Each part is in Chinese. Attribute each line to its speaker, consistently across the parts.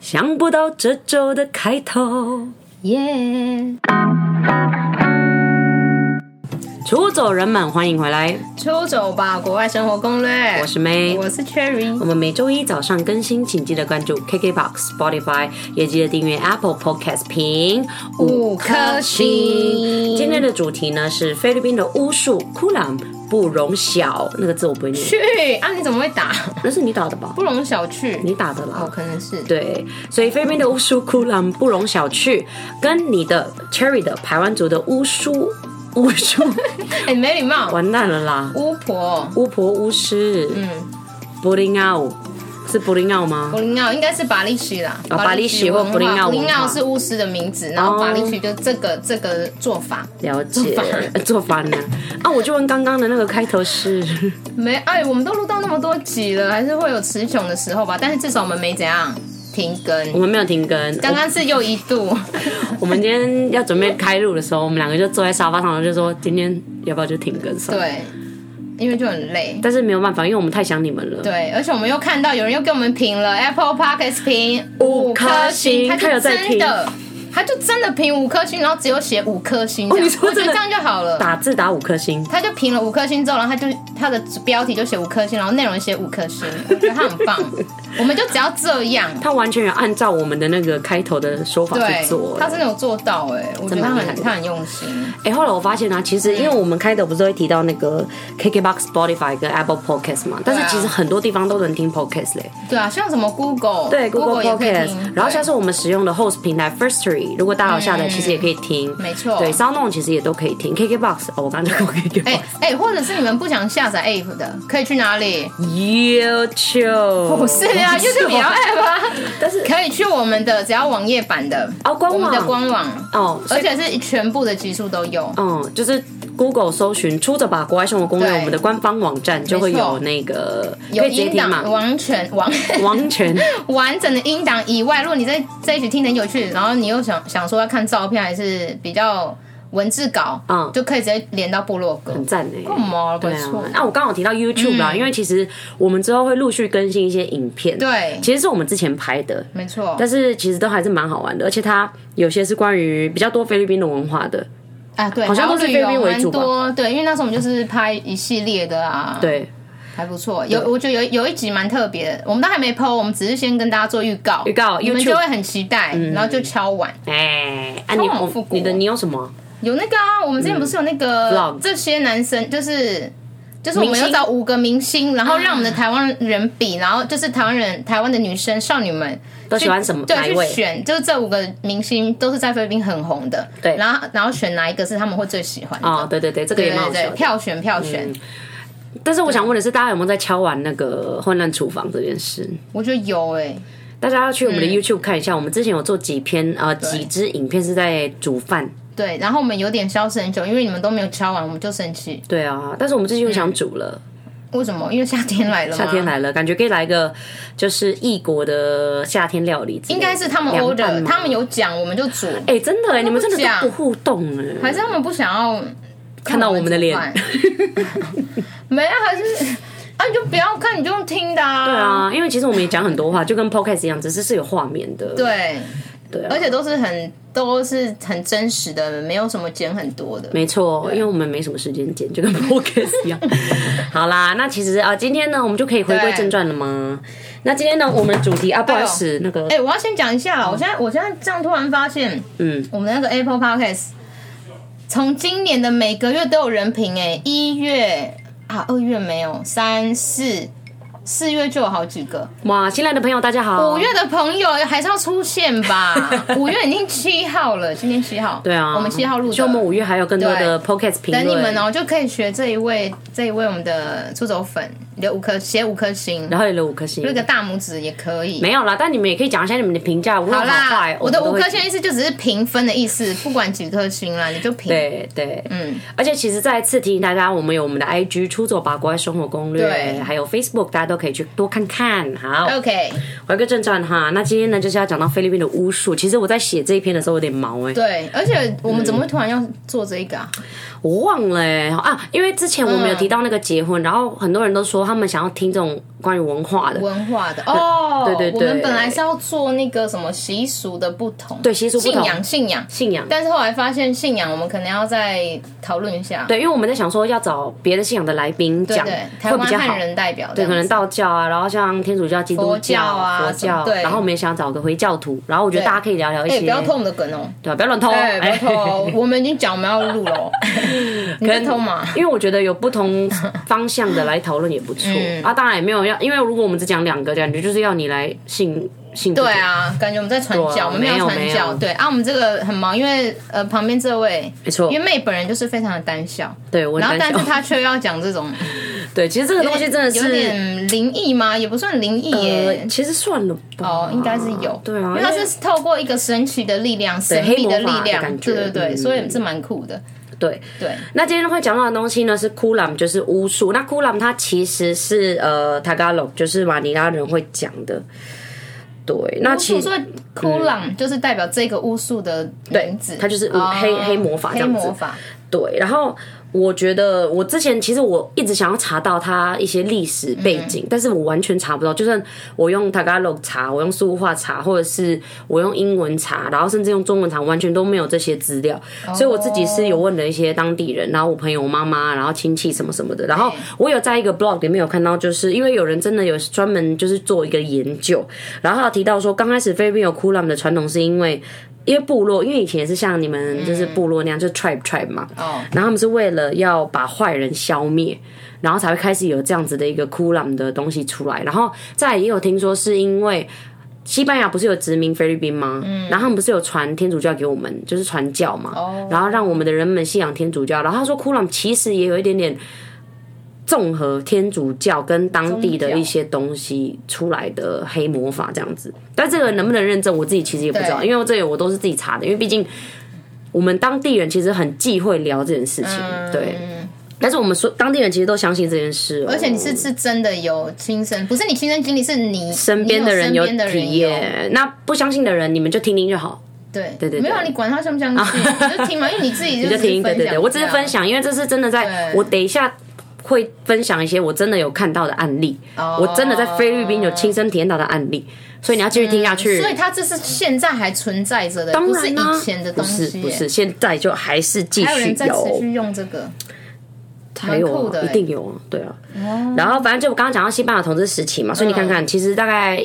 Speaker 1: 想不到这周的开头，
Speaker 2: 耶、
Speaker 1: 出走人们，欢迎回来，
Speaker 2: 出走吧，国外生活攻略。
Speaker 1: 我是 May，
Speaker 2: 我是 Cherry
Speaker 1: 我。们每周一早上更新，请记得关注 KKBOX、Spotify，也记得订阅 Apple Podcast 评
Speaker 2: 五颗星
Speaker 1: 今天的主题呢是菲律宾的巫术库朗不容小，那个字我不会念，
Speaker 2: 去啊！你怎么会打？
Speaker 1: 那是你打的吧？
Speaker 2: 不容小觑。
Speaker 1: 你打的啦。
Speaker 2: 哦，可能是。
Speaker 1: 对，所以菲律宾的巫术库朗不容小觑，跟你的 Cherry 的台湾族的巫术巫 术，
Speaker 2: 哎、没礼貌。
Speaker 1: 完蛋了啦！
Speaker 2: 巫婆，
Speaker 1: 巫婆巫师，
Speaker 2: 嗯，
Speaker 1: 布林奥是布林奥吗
Speaker 2: 布？林奥应该是巴利西啦。
Speaker 1: 哦巴利西或
Speaker 2: 文化
Speaker 1: 布林奥文化
Speaker 2: 布林奥是巫师的名字，然后
Speaker 1: 哦
Speaker 2: 巴利西就这个这个做法。
Speaker 1: 了解
Speaker 2: 做法，
Speaker 1: 做饭呢？啊，我就问刚刚的那个开头是，
Speaker 2: 没哎，我们都录到那么多集了，还是会有词穷的时候吧。但是至少我们没怎样停
Speaker 1: 我
Speaker 2: 更。
Speaker 1: 们没有停更。
Speaker 2: 刚刚是又一度，
Speaker 1: 我我们今天要准备开录的时候，我们两个就坐在沙发上，就说今天要不要就停更算了？
Speaker 2: 对，因为就很累。
Speaker 1: 但是没有办法，因为我们太想你们了。
Speaker 2: 对，而且我们又看到有人又给我们评了 Apple Podcast 评
Speaker 1: 五颗星
Speaker 2: 他
Speaker 1: 他
Speaker 2: 就
Speaker 1: 有在
Speaker 2: 真的，他就真的评五颗星，然后只有写五颗星这
Speaker 1: 哦
Speaker 2: 样，
Speaker 1: 你说
Speaker 2: 我觉
Speaker 1: 真
Speaker 2: 得
Speaker 1: 的
Speaker 2: 这样就好了。
Speaker 1: 打字打五颗星，
Speaker 2: 他就评了五颗星之后，然后他就他的标题就写五颗星，然后内容写五颗星，我觉得他很棒。我们就只要这样，
Speaker 1: 他完全有按照我们的那个开头的说法去
Speaker 2: 对
Speaker 1: 做，。
Speaker 2: 他真的有做到哎、我觉
Speaker 1: 真
Speaker 2: 得他
Speaker 1: 蛮厉害
Speaker 2: 很
Speaker 1: 的
Speaker 2: 他很用心。
Speaker 1: 哎、后来我发现啊，其实因为我们开头不是会提到那个 KKBox、Spotify 跟 Apple Podcast 嘛，但是
Speaker 2: 对啊
Speaker 1: 其实很多地方都能听 Podcast 嘞。
Speaker 2: 对啊，像什么 Google，
Speaker 1: 对 Google
Speaker 2: 也可以
Speaker 1: Podcast，
Speaker 2: 听。
Speaker 1: 然后像
Speaker 2: 次
Speaker 1: 是我们使用的 host 平台 Firstory，如果大家有下载，其实也可以听。
Speaker 2: 嗯没错
Speaker 1: 对 s o u n d 其实也都可以听。KKBox，哦，我刚才讲过
Speaker 2: 哎
Speaker 1: KKBox。
Speaker 2: 哎、或者是你们不想下载 App 的，可以去哪里？
Speaker 1: YouTube
Speaker 2: 不是啊，YouTube 也要 app 啊，
Speaker 1: 但是
Speaker 2: 可以去我们的只要网页版的
Speaker 1: 哦官网
Speaker 2: 我们的官网，
Speaker 1: 哦，所
Speaker 2: 而
Speaker 1: 以
Speaker 2: 且是全部的集数都有。
Speaker 1: 嗯，就是 Google 搜寻“出走吧国外生活攻略”，
Speaker 2: 对
Speaker 1: 我们的官方网站就会
Speaker 2: 没错
Speaker 1: 有那个
Speaker 2: 有
Speaker 1: 可以直接
Speaker 2: 音
Speaker 1: 听
Speaker 2: 档
Speaker 1: 嘛，
Speaker 2: 完全完
Speaker 1: 完全
Speaker 2: 完整的音档以外，如果你在在一起听得很有趣，然后你又想想说要看照片还是比较文字稿，
Speaker 1: 嗯
Speaker 2: 就可以直接连到部落格
Speaker 1: 很。赞哎、
Speaker 2: 干嘛
Speaker 1: 对
Speaker 2: 不
Speaker 1: 啊
Speaker 2: 错，，嗯
Speaker 1: 那、我刚好提到 YouTube 啦、因为其实我们之后会陆续更新一些影片，
Speaker 2: 对
Speaker 1: 其实是我们之前拍的，
Speaker 2: 没错。
Speaker 1: 啊但是其实都还是蛮好玩的，而且它有些是关于比较多菲律宾的文化的，
Speaker 2: 啊，对，
Speaker 1: 好像都是
Speaker 2: 还有
Speaker 1: 菲
Speaker 2: 旅游
Speaker 1: 律宾为主吧
Speaker 2: 蛮多，对，因为那时候我们就是拍一系列的啊，
Speaker 1: 对，
Speaker 2: 还不错，有我觉得有有一集蛮特别的，我们都还没 PO，我们只是先跟大家做预告，
Speaker 1: 预告
Speaker 2: 你们
Speaker 1: YouTube 嗯
Speaker 2: 就会很期待，然后就敲碗。
Speaker 1: 哎、啊你
Speaker 2: 超好
Speaker 1: 我
Speaker 2: 复古哦
Speaker 1: 你的你有什么？
Speaker 2: 有那个啊，我们之前不是有那个
Speaker 1: 嗯 Vlog
Speaker 2: 这些男生就是。就是我们
Speaker 1: 明
Speaker 2: 有
Speaker 1: 星
Speaker 2: 找五个明星，然后让我们的台湾人比，然后就是台湾人、台湾的女生、少女们
Speaker 1: 都
Speaker 2: 都
Speaker 1: 喜欢什么？
Speaker 2: 对，
Speaker 1: 哪一
Speaker 2: 去
Speaker 1: 位？
Speaker 2: 选，就是这五个明星都是在菲律宾很红的，
Speaker 1: 对
Speaker 2: 然后然后选哪一个是他们会最喜欢的，
Speaker 1: 哦，对对对，这个
Speaker 2: 对
Speaker 1: 也蛮好
Speaker 2: 对
Speaker 1: 笑
Speaker 2: 对，
Speaker 1: 的。嗯
Speaker 2: 票选票选，
Speaker 1: 但是我想问的是，大家有没有在敲完那个混乱厨房这件事？
Speaker 2: 我觉得有哎、
Speaker 1: 大家要去我
Speaker 2: 嗯
Speaker 1: 们的 YouTube 看一下，我们之前有做几篇呃几支影片是在煮饭，
Speaker 2: 对，然后我们有点消很久，因为你们都没有敲完，我们就生气。
Speaker 1: 对啊，但是我们最近又想煮了，
Speaker 2: 嗯为什么？因为夏天来了，
Speaker 1: 夏天，来了，感觉可以来一个就是异国的夏天料理之类的，
Speaker 2: 应该是他们
Speaker 1: 凉拌
Speaker 2: order，
Speaker 1: 吗
Speaker 2: 他们有讲，我们就煮，
Speaker 1: 哎、真的哎、你们真的
Speaker 2: 讲
Speaker 1: 都不互动哎、
Speaker 2: 还是他们不想要
Speaker 1: 看到我们的脸
Speaker 2: 看我们煮饭 没啊，还是啊，你就不要看，你就用听的啊。
Speaker 1: 对，啊，因为其实我们也讲很多话，就跟 podcast 一样，只是是有画面的。
Speaker 2: 对
Speaker 1: 对啊
Speaker 2: 而且都是很都是很真实的，没有什么剪很多的。
Speaker 1: 没错，因为我们没什么时间剪，就跟 podcast 一样。好啦，那其实啊、呃今天呢，我们就可以回归
Speaker 2: 对
Speaker 1: 正传了吗？那今天呢，我们的主题啊，不好意思，那个
Speaker 2: 哎、我要先讲一下啦，我现在我现在这样突然发现，
Speaker 1: 嗯，
Speaker 2: 我们那个 Apple Podcast 从今年的每个月都有人评、哎，一月啊，二月没有，三四四月就有好几个，
Speaker 1: 哇，新来的朋友大家好。
Speaker 2: 五月的朋友还是要出现 吧。五月已经七号了，今天七号，
Speaker 1: 对啊，
Speaker 2: 我们七号录
Speaker 1: 希望我们
Speaker 2: 的。
Speaker 1: 五月还有更多的 podcast 评论。
Speaker 2: 等你们哦、就可以学这一位，这一位我们的出走粉，留五颗，写五颗星，
Speaker 1: 然后有了五颗星
Speaker 2: 那，个大拇指也可以。
Speaker 1: 没有啦，但你们也可以讲一下你们的评价，无论
Speaker 2: 好
Speaker 1: 好
Speaker 2: 啦
Speaker 1: 坏，，
Speaker 2: 我
Speaker 1: 们
Speaker 2: 的
Speaker 1: 都
Speaker 2: 五
Speaker 1: 会
Speaker 2: 颗星的意思就只是评分的意思，不管几颗星啦，你就评。
Speaker 1: 对对，
Speaker 2: 嗯，
Speaker 1: 而且其实再次提醒大家，我们有我们的 IG 出走吧国外生活攻略，
Speaker 2: 对呃
Speaker 1: 还有 Facebook，大家都可以去多看看。好，
Speaker 2: ，OK，
Speaker 1: 回归正传哈，那今天呢就是要讲到菲律宾的巫术。其实我在写这一篇的时候有点毛哎、
Speaker 2: 对，而且我们怎么会突然要做这个啊？
Speaker 1: 欸
Speaker 2: 嗯
Speaker 1: 我忘了哎、啊，因为之前我们有提到那个结婚，然后很多人都说他们想要听这种关于文化的。
Speaker 2: 文化的哦，
Speaker 1: 对对对
Speaker 2: 我们本来是要做那个什么习俗的不同，
Speaker 1: 对习俗不同
Speaker 2: 信仰信仰，
Speaker 1: 信仰
Speaker 2: 但是后来发现信仰我们可能要再讨论一下，
Speaker 1: 对，因为我们在想说要找别的信仰的来宾
Speaker 2: 对
Speaker 1: 讲，
Speaker 2: 对，台
Speaker 1: 会比
Speaker 2: 湾
Speaker 1: 较好
Speaker 2: 汉。人代表这
Speaker 1: 对，
Speaker 2: 样
Speaker 1: 可能
Speaker 2: 子，
Speaker 1: 道教啊，然后像天主教、基督
Speaker 2: 佛教啊
Speaker 1: 佛
Speaker 2: 什么
Speaker 1: 教，
Speaker 2: 对
Speaker 1: 然后我们也想找个回教徒，然后我觉得
Speaker 2: 对
Speaker 1: 大家可以聊聊一
Speaker 2: 哎，
Speaker 1: 些，
Speaker 2: 不要偷我们的梗哦，
Speaker 1: 对吧？不要乱偷哦，
Speaker 2: 哎，不要偷哦，我们已经讲我们要录了哦，你在偷嘛？
Speaker 1: 因为我觉得有不同方向的来讨论也不错、
Speaker 2: 嗯
Speaker 1: 啊。当然也没有要，因为如果我们只讲两个，感觉就是要你来信信这个
Speaker 2: 对，啊，感觉我们在传
Speaker 1: 对啊
Speaker 2: 教，我们没
Speaker 1: 没有
Speaker 2: 传
Speaker 1: 没
Speaker 2: 教。
Speaker 1: 有
Speaker 2: 对啊，我们这个很忙，因为呃，旁边这位
Speaker 1: 没错，
Speaker 2: 因为妹本人就是非常的胆小，
Speaker 1: 对我
Speaker 2: 然后
Speaker 1: 很担
Speaker 2: 但
Speaker 1: 心
Speaker 2: 是她却要讲这种
Speaker 1: 对，其实这个东西真的
Speaker 2: 有
Speaker 1: 是
Speaker 2: 点灵异吗？也不算灵异
Speaker 1: 呃，
Speaker 2: 耶。
Speaker 1: 其实算了吧，
Speaker 2: 哦，应该是有，
Speaker 1: 呃对啊
Speaker 2: 因为它是透过一个神奇的力量、神秘
Speaker 1: 黑
Speaker 2: 力
Speaker 1: 魔法的
Speaker 2: 量，
Speaker 1: 感觉
Speaker 2: 对对对，
Speaker 1: 嗯
Speaker 2: 所以是蛮酷的，
Speaker 1: 对。
Speaker 2: 对，
Speaker 1: 那今天会讲到的东西呢是 Kulam，就是巫术。那 Kulam 它其实是呃 Tagalog，就是马尼拉人会讲的。对，那
Speaker 2: 巫术
Speaker 1: 其嗯
Speaker 2: 所以库朗就是代表这个巫术的名字，
Speaker 1: 它就是
Speaker 2: 哦
Speaker 1: 黑黑魔法这
Speaker 2: 黑
Speaker 1: 样子
Speaker 2: 魔法，
Speaker 1: 对，然后我觉得我之前其实我一直想要查到它一些历史背景，但是我完全查不到。就算我用 Tagalog 查，我用苏话查，或者是我用英文查，然后甚至用中文查，完全都没有这些资料。所以我自己是有问了一些当地人，然后我朋友、我妈妈，然后亲戚什么什么的。然后我有在一个 blog 里面有看到，就是因为有人真的有专门就是做一个研究，然后他有提到说，刚开始菲律宾有 Kulam 的传统是因为。因为部落，因为以前也是像你们就是部落那样，就 tribe tribe 嘛，
Speaker 2: 哦，
Speaker 1: 然后他们是为了要把坏人消灭，然后才会开始有这样子的一个库朗的东西出来。然后再来也有听说是因为西班牙不是有殖民菲律宾吗？嗯，然后他们不是有传天主教给我们，就是传教嘛，
Speaker 2: 哦
Speaker 1: 然后让我们的人们信仰天主教。然后他说库朗其实也有一点点。综合天主教跟当地的一些东西出来的黑魔法这样子，但这个能不能认证，我自己其实也不知道，
Speaker 2: 对
Speaker 1: 因为这个我都是自己查的，因为毕竟我们当地人其实很忌讳聊这件事情，
Speaker 2: 嗯
Speaker 1: 对。但是我们说当地人其实都相信这件事、哦，
Speaker 2: 而且你是是真的有亲身，不是你亲身经历，是你
Speaker 1: 身边的人
Speaker 2: 你有
Speaker 1: 有
Speaker 2: 身边的人
Speaker 1: 体验，那不相信的人你们就听听就好，
Speaker 2: 对
Speaker 1: 对对
Speaker 2: 没有啊你管他相不相信，你就听嘛，因为你自己就
Speaker 1: 你就听，对对对，我只是分
Speaker 2: 享啊
Speaker 1: 享，因为这是真的在，
Speaker 2: 对
Speaker 1: 我等一下。会分享一些我真的有看到的案例
Speaker 2: 哦
Speaker 1: 我真的在菲律宾有亲身体验到的案例，所以你要继续听下
Speaker 2: 这
Speaker 1: 去。
Speaker 2: 样，所以它这是现在还存在着的，
Speaker 1: 当
Speaker 2: 不是
Speaker 1: 然啦、啊
Speaker 2: 以前的东西耶，
Speaker 1: 不是不是，现在就还是继
Speaker 2: 还有
Speaker 1: 续
Speaker 2: 人在持
Speaker 1: 有，
Speaker 2: 续用这个，
Speaker 1: 还有
Speaker 2: 蛮酷
Speaker 1: 啊
Speaker 2: 的欸
Speaker 1: 一定有啊，对啊。然后反正就我刚刚讲到西班牙统治时期嘛，
Speaker 2: 哦
Speaker 1: 所以你看看，其实大概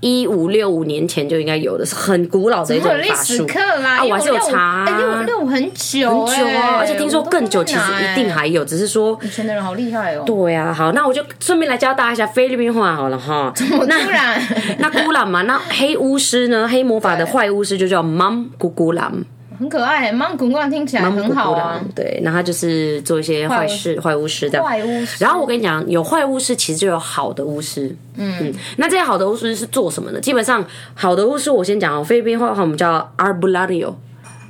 Speaker 1: 一五六五年前就应该有的，是很古老的一
Speaker 2: 我
Speaker 1: 种
Speaker 2: 有历
Speaker 1: 法
Speaker 2: 史
Speaker 1: 术。
Speaker 2: 课啦，
Speaker 1: 啊我还是有查啊
Speaker 2: 哎，六六很久
Speaker 1: 很久啊，
Speaker 2: 哎
Speaker 1: 而且听说更久，其实一定。
Speaker 2: 我都不知道在哪哎
Speaker 1: 还有，只是说。
Speaker 2: 以前的人好厉害哦，
Speaker 1: 对啊，好，那我就顺便来教大家一下菲律宾话好了哈。
Speaker 2: 我
Speaker 1: 那
Speaker 2: 突然
Speaker 1: 那古朗嘛，那黑巫师呢？黑魔法的坏巫师就叫 Mam 咕咕朗，
Speaker 2: 很可爱，芒果罐听起来很好啊，。
Speaker 1: 对，那他就是做一些坏事、坏巫师这样。
Speaker 2: 怪物师。
Speaker 1: 啊然后我跟你讲，有坏巫师，其实就有好的巫师。嗯那这些好的巫师是做什么呢？基本上，好的巫师我先讲哦，菲律宾话的话我们叫 arbulario。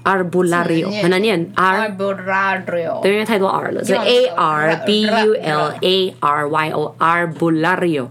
Speaker 1: arbulario 很难念
Speaker 2: a
Speaker 1: r，
Speaker 2: b r a r
Speaker 1: 对，因为太多 r 了，所以 a
Speaker 2: 用
Speaker 1: r b u l a r y o arbulario，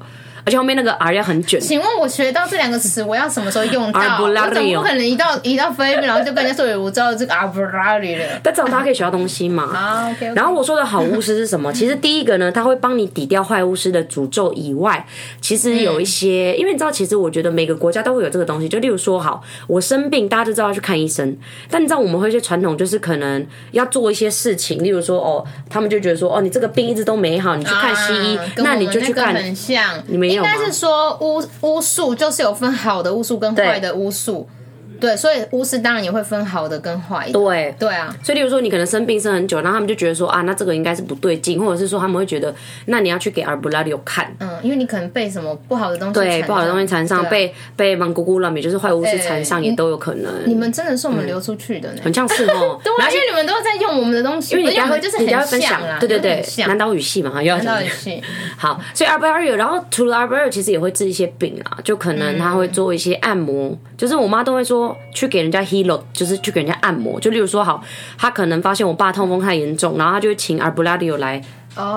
Speaker 1: 而且后面那个 r 要很卷。
Speaker 2: 请问我学到这两个词，我要什么时候用到？我
Speaker 1: Arbolario
Speaker 2: 怎么不可能一到一到菲律宾，然后就跟人家说我知道这个 a b r a r i 了？
Speaker 1: 但至少大家可以学到东西嘛。
Speaker 2: 啊，OK，
Speaker 1: 然后我说的好巫师是 什么？其实第一个呢，他会帮你抵掉坏巫师的诅咒以外，其实有一些，
Speaker 2: 嗯
Speaker 1: 因为你知道，其实我觉得每个国家都会有这个东西。就例如说，好，我生病，大家就知道要去看医生。但你知道，我们会一些传统，就是可能要做一些事情，例如说，哦，他们就觉得说，哦，你这个病一直都没好，你去看西医，
Speaker 2: 啊跟我
Speaker 1: 那
Speaker 2: 们
Speaker 1: 你就去
Speaker 2: 那个
Speaker 1: 看。
Speaker 2: 很像，你
Speaker 1: 们也
Speaker 2: 应
Speaker 1: 有吗
Speaker 2: 该是说巫巫术就是有分好的巫术跟坏的巫术，对，所以巫师当然也会分好的跟坏的，
Speaker 1: 对，
Speaker 2: 对啊，
Speaker 1: 所以，例如说，你可能生病生很久，然后他们就觉得说啊，那这个应该是不对劲，或者是说他们会觉得，那你要去给阿尔布拉里有看，
Speaker 2: 嗯，因为你可能被什么不好的东西缠
Speaker 1: 对，
Speaker 2: 上，
Speaker 1: 哎不好的东西缠上，
Speaker 2: 对啊。
Speaker 1: 被被蒙古姑拉米，就是坏巫师缠上，
Speaker 2: 对
Speaker 1: 也都有可能。
Speaker 2: 你们真的是我们流出去的呢，，
Speaker 1: 很像是哦
Speaker 2: 对啊，因为你们都在用我们的东西，
Speaker 1: 因为你
Speaker 2: 我
Speaker 1: 待
Speaker 2: 们
Speaker 1: 会
Speaker 2: 就是
Speaker 1: 你待会
Speaker 2: 很
Speaker 1: 分
Speaker 2: 像啊
Speaker 1: 享
Speaker 2: 啦，，
Speaker 1: 对对
Speaker 2: 就是
Speaker 1: 对
Speaker 2: 很，像，
Speaker 1: 南岛语系嘛，又要
Speaker 2: 到
Speaker 1: 讲
Speaker 2: 底是
Speaker 1: 好，所以 a r b a r i o 然后除了 a r b a r i o 其实也会治一些病啊，就可
Speaker 2: 嗯
Speaker 1: 能他会做一些按摩，就是我妈都会说去给人家 heal，就是去给人家按摩，就例如说好，她可能发现我爸痛风太严重，然后她就会请 a r b a r i o 来。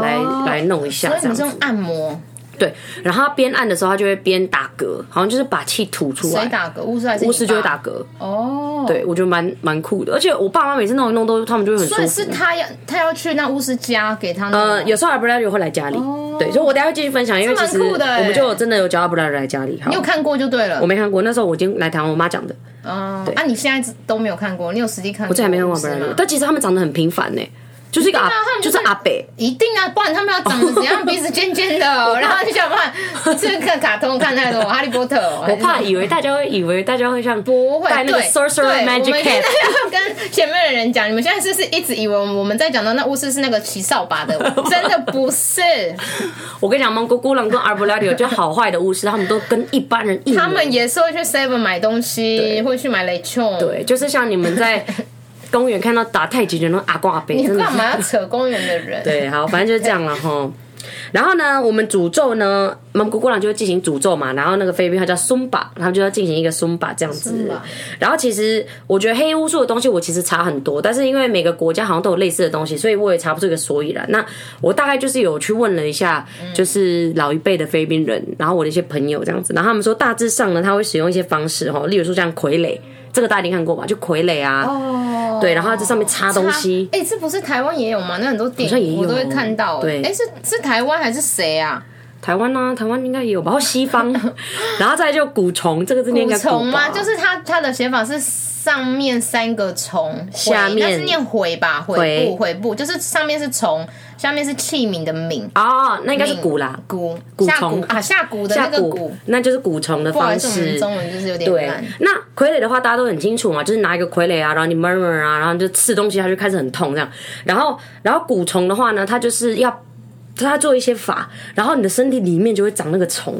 Speaker 1: 来来弄一下
Speaker 2: 哦所以
Speaker 1: 这
Speaker 2: 你
Speaker 1: 样
Speaker 2: 是
Speaker 1: 子
Speaker 2: 用，按摩，
Speaker 1: 对，然后他边按的时候，他就会边打嗝，好像就是把气吐出
Speaker 2: 谁
Speaker 1: 来，
Speaker 2: 打嗝？巫师还是
Speaker 1: 巫师就会
Speaker 2: 你爸
Speaker 1: 打嗝。
Speaker 2: 哦。
Speaker 1: 对，我觉得蛮蛮酷的，而且我爸妈每次弄一弄都，他们就会很舒
Speaker 2: 所以
Speaker 1: 服。
Speaker 2: 是他要他要去那巫师家给他弄
Speaker 1: 呃，有时候阿布拉就会来家里，对，所以我等一下会继续分享，因为其实
Speaker 2: 哦这蛮酷的欸
Speaker 1: 我们就有真的有叫阿布拉来家里，好
Speaker 2: 你，有看过就对了
Speaker 1: 我。没看过，那时候我已经来台湾，我妈讲的，
Speaker 2: 嗯，啊，你现在都没有看过，你有实际看过？
Speaker 1: 我这还没看过
Speaker 2: 巫
Speaker 1: 阿布
Speaker 2: 师
Speaker 1: 拉
Speaker 2: 吗，
Speaker 1: 但其实他们长得很平凡呢、就是一个阿
Speaker 2: 对啊他，们
Speaker 1: 就
Speaker 2: 就是是
Speaker 1: 阿北，
Speaker 2: 一定啊，不然他们要长得怎样？鼻子尖尖的， 然后你想看这个卡通看太多，哈利波特哦。
Speaker 1: 我怕以为大家会以为大家会像
Speaker 2: 不会
Speaker 1: 戴那个
Speaker 2: 对
Speaker 1: Sorcerer
Speaker 2: 对我
Speaker 1: Magic
Speaker 2: 们现
Speaker 1: Cap，
Speaker 2: 在要跟前面的人讲，你们现在是不是一直以为我们我们在讲到那巫师是那个骑扫 把的？真的不是，
Speaker 1: 我跟你讲，蒙古姑郎跟阿布拉里有就好坏的巫师，他们都跟一般人一模
Speaker 2: 他 们也是会去 Seven 买东西，会去买雷琼。
Speaker 1: 对，就是像你们在公园看到打太极拳的那种阿公阿伯，
Speaker 2: 你
Speaker 1: 真的
Speaker 2: 干
Speaker 1: 是
Speaker 2: 嘛要扯公园的人？
Speaker 1: 对，好，反正就是这样了哈。然后呢，我们诅咒呢，蒙古姑娘就会进行诅咒嘛。然后那个菲律宾它叫松巴，他们就要进行一个松巴这样子
Speaker 2: Sumba。
Speaker 1: 然后其实我觉得黑巫术的东西我其实查很多，但是因为每个国家好像都有类似的东西，所以我也查不出一个所以然。那我大概就是有去问了一下，就是老一辈的菲律宾人，然后我的一些朋友这样子，然后他们说大致上呢，他会使用一些方式哈，例如说像傀儡，这个大家一定看过吧？就傀儡啊，
Speaker 2: 哦，
Speaker 1: 对，然后在上面插东西。
Speaker 2: 哎、这不是台湾也有吗？那很多电
Speaker 1: 好像也
Speaker 2: 影
Speaker 1: 有
Speaker 2: 我都会看到、
Speaker 1: 对
Speaker 2: 哎、是是台湾还是谁啊？
Speaker 1: 台湾呢、台湾应该也有吧，或西 方，然后再来就蛊虫，这个字念应该
Speaker 2: 虫
Speaker 1: 吧
Speaker 2: 吗？就是它它的写法是上面三个虫，回
Speaker 1: 下面
Speaker 2: 那是念回吧？
Speaker 1: 回
Speaker 2: 回部回部，就是上面是虫，下面是器皿的皿，
Speaker 1: 哦，那应该是蛊啦，
Speaker 2: 蛊
Speaker 1: 蛊
Speaker 2: 下
Speaker 1: 虫
Speaker 2: 蛊啊下蛊的那
Speaker 1: 下
Speaker 2: 个蛊
Speaker 1: 蛊。，那就是蛊虫的
Speaker 2: 不好意
Speaker 1: 方
Speaker 2: 思，我们
Speaker 1: 式。
Speaker 2: 中文就是有点
Speaker 1: 对
Speaker 2: 烂。，
Speaker 1: 那傀儡的话大家都很清楚嘛，就是拿一个傀儡啊，然后你 murmur 啊，然后你就刺东西，它就开始很痛这样。然后，然后蛊虫的话呢，它就是要它做一些法，然后你的身体里面就会长那个虫，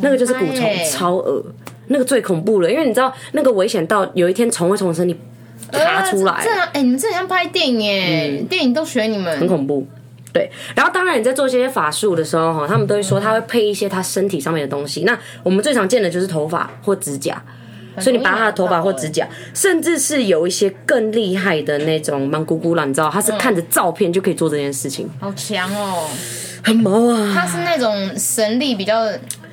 Speaker 1: 那个就是蛊虫
Speaker 2: 哎，
Speaker 1: 超恶，那个最恐怖了，因为你知道那个危险到有一天虫会从你身体爬出来嗯
Speaker 2: 呃。这这样哎、你们这很像拍电影哎、电影都学你们
Speaker 1: 很，恐怖。对，然后当然你在做这些法术的时候，哈，他们都会说他会配一些他身体上面的东西。那我们最常见的就是头发或指甲，所以你拔他的头发或指甲，甚至是有一些更厉害的那种盲姑姑啦，你知道，他是看着照片就可以做这件事情，
Speaker 2: 好强哦、
Speaker 1: 很毛啊！
Speaker 2: 他是那种神力比较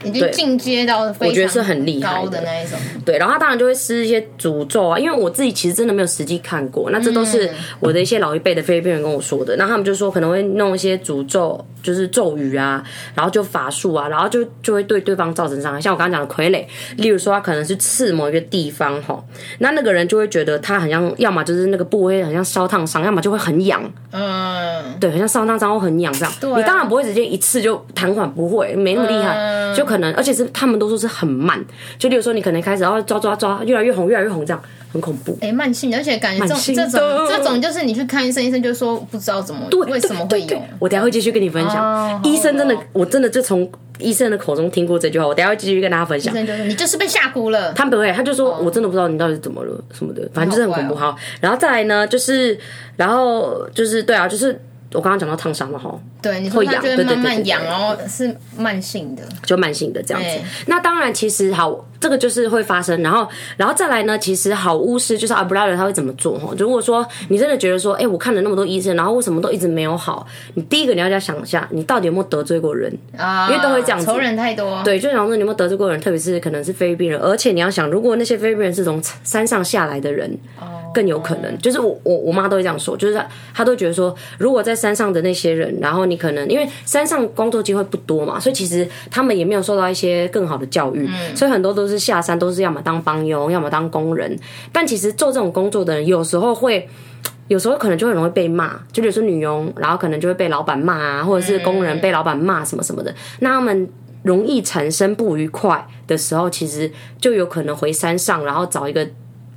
Speaker 2: 已经进阶到非常
Speaker 1: 我觉得是很厉害的
Speaker 2: 高的那一种，
Speaker 1: 对，然后他当然就会施一些诅咒啊，因为我自己其实真的没有实际看过，那这都是我的一些老一辈的菲律宾人跟我说的，那他们就说可能会弄一些诅咒，就是咒语啊，然后就法术啊，然后就就会对对方造成伤害，像我刚刚讲的傀儡，例如说他可能是刺某一个地方吼，那那个人就会觉得他很像，要么就是那个部位很像烧烫伤，要么就会很痒，
Speaker 2: 嗯，
Speaker 1: 对，很像烧烫伤或很痒这样。
Speaker 2: 啊
Speaker 1: 你当然不会直接一次就弹簧，不会，没那么厉害，
Speaker 2: 嗯
Speaker 1: 就可能，而且是他们都说是很慢。就例如说，你可能开始然后抓抓抓，越来越红，越来越红，这样很恐怖。
Speaker 2: 哎、慢性的，而且感觉这
Speaker 1: 慢性
Speaker 2: 种
Speaker 1: 的
Speaker 2: 这种这种就是你去看医生，医生就说不知道怎么
Speaker 1: 对
Speaker 2: 为什么会
Speaker 1: 对
Speaker 2: 有
Speaker 1: 对，我等一下会继续跟你分享。
Speaker 2: 哦
Speaker 1: 医生真的，我真的就从医生的口中听过这句话，我等一下会继续跟大家分享
Speaker 2: 医。生就说你就是被吓哭了，
Speaker 1: 他不会，他就说、我真的不知道你到底怎么了什么的，反正就是很恐怖。
Speaker 2: 好哦
Speaker 1: 好，然后再来呢，就是，然后就是对啊，就是我刚刚讲到烫伤了哈，
Speaker 2: 对，你说
Speaker 1: 会
Speaker 2: 他
Speaker 1: 痒
Speaker 2: 就会
Speaker 1: 对对对
Speaker 2: 慢
Speaker 1: 对
Speaker 2: 慢
Speaker 1: 对
Speaker 2: 痒，然后是慢性的，
Speaker 1: 就慢性的这样子。
Speaker 2: 对
Speaker 1: 那当然，其实好，这个就是会发生。然后，然后再来呢，其实好巫师就是阿布拉德他会怎么做？哈，如果说你真的觉得说，哎、我看了那么多医生，然后为什么都一直没有好？你第一个你要再想一下，你到底有没有得罪过人？
Speaker 2: 啊，
Speaker 1: 因为都会这样子
Speaker 2: 仇人太多，
Speaker 1: 对，就想说你有没有得罪过人，特别是可能是菲律宾人，而且你要想，如果那些菲律宾人是从山上下来的人，更有可能。就是我我我妈都会这样说，就是她她都觉得说，如果在山上的那些人，然后你可能因为山上工作机会不多嘛，所以其实他们也没有受到一些更好的教育，所以很多都是下山都是要么当帮佣，要么当工人。但其实做这种工作的人，有时候会。有时候可能就很容易被骂，就比如说女佣，然后可能就会被老板骂啊，或者是工人被老板骂什么什么的。那他们容易产生不愉快的时候，其实就有可能回山上，然后找一个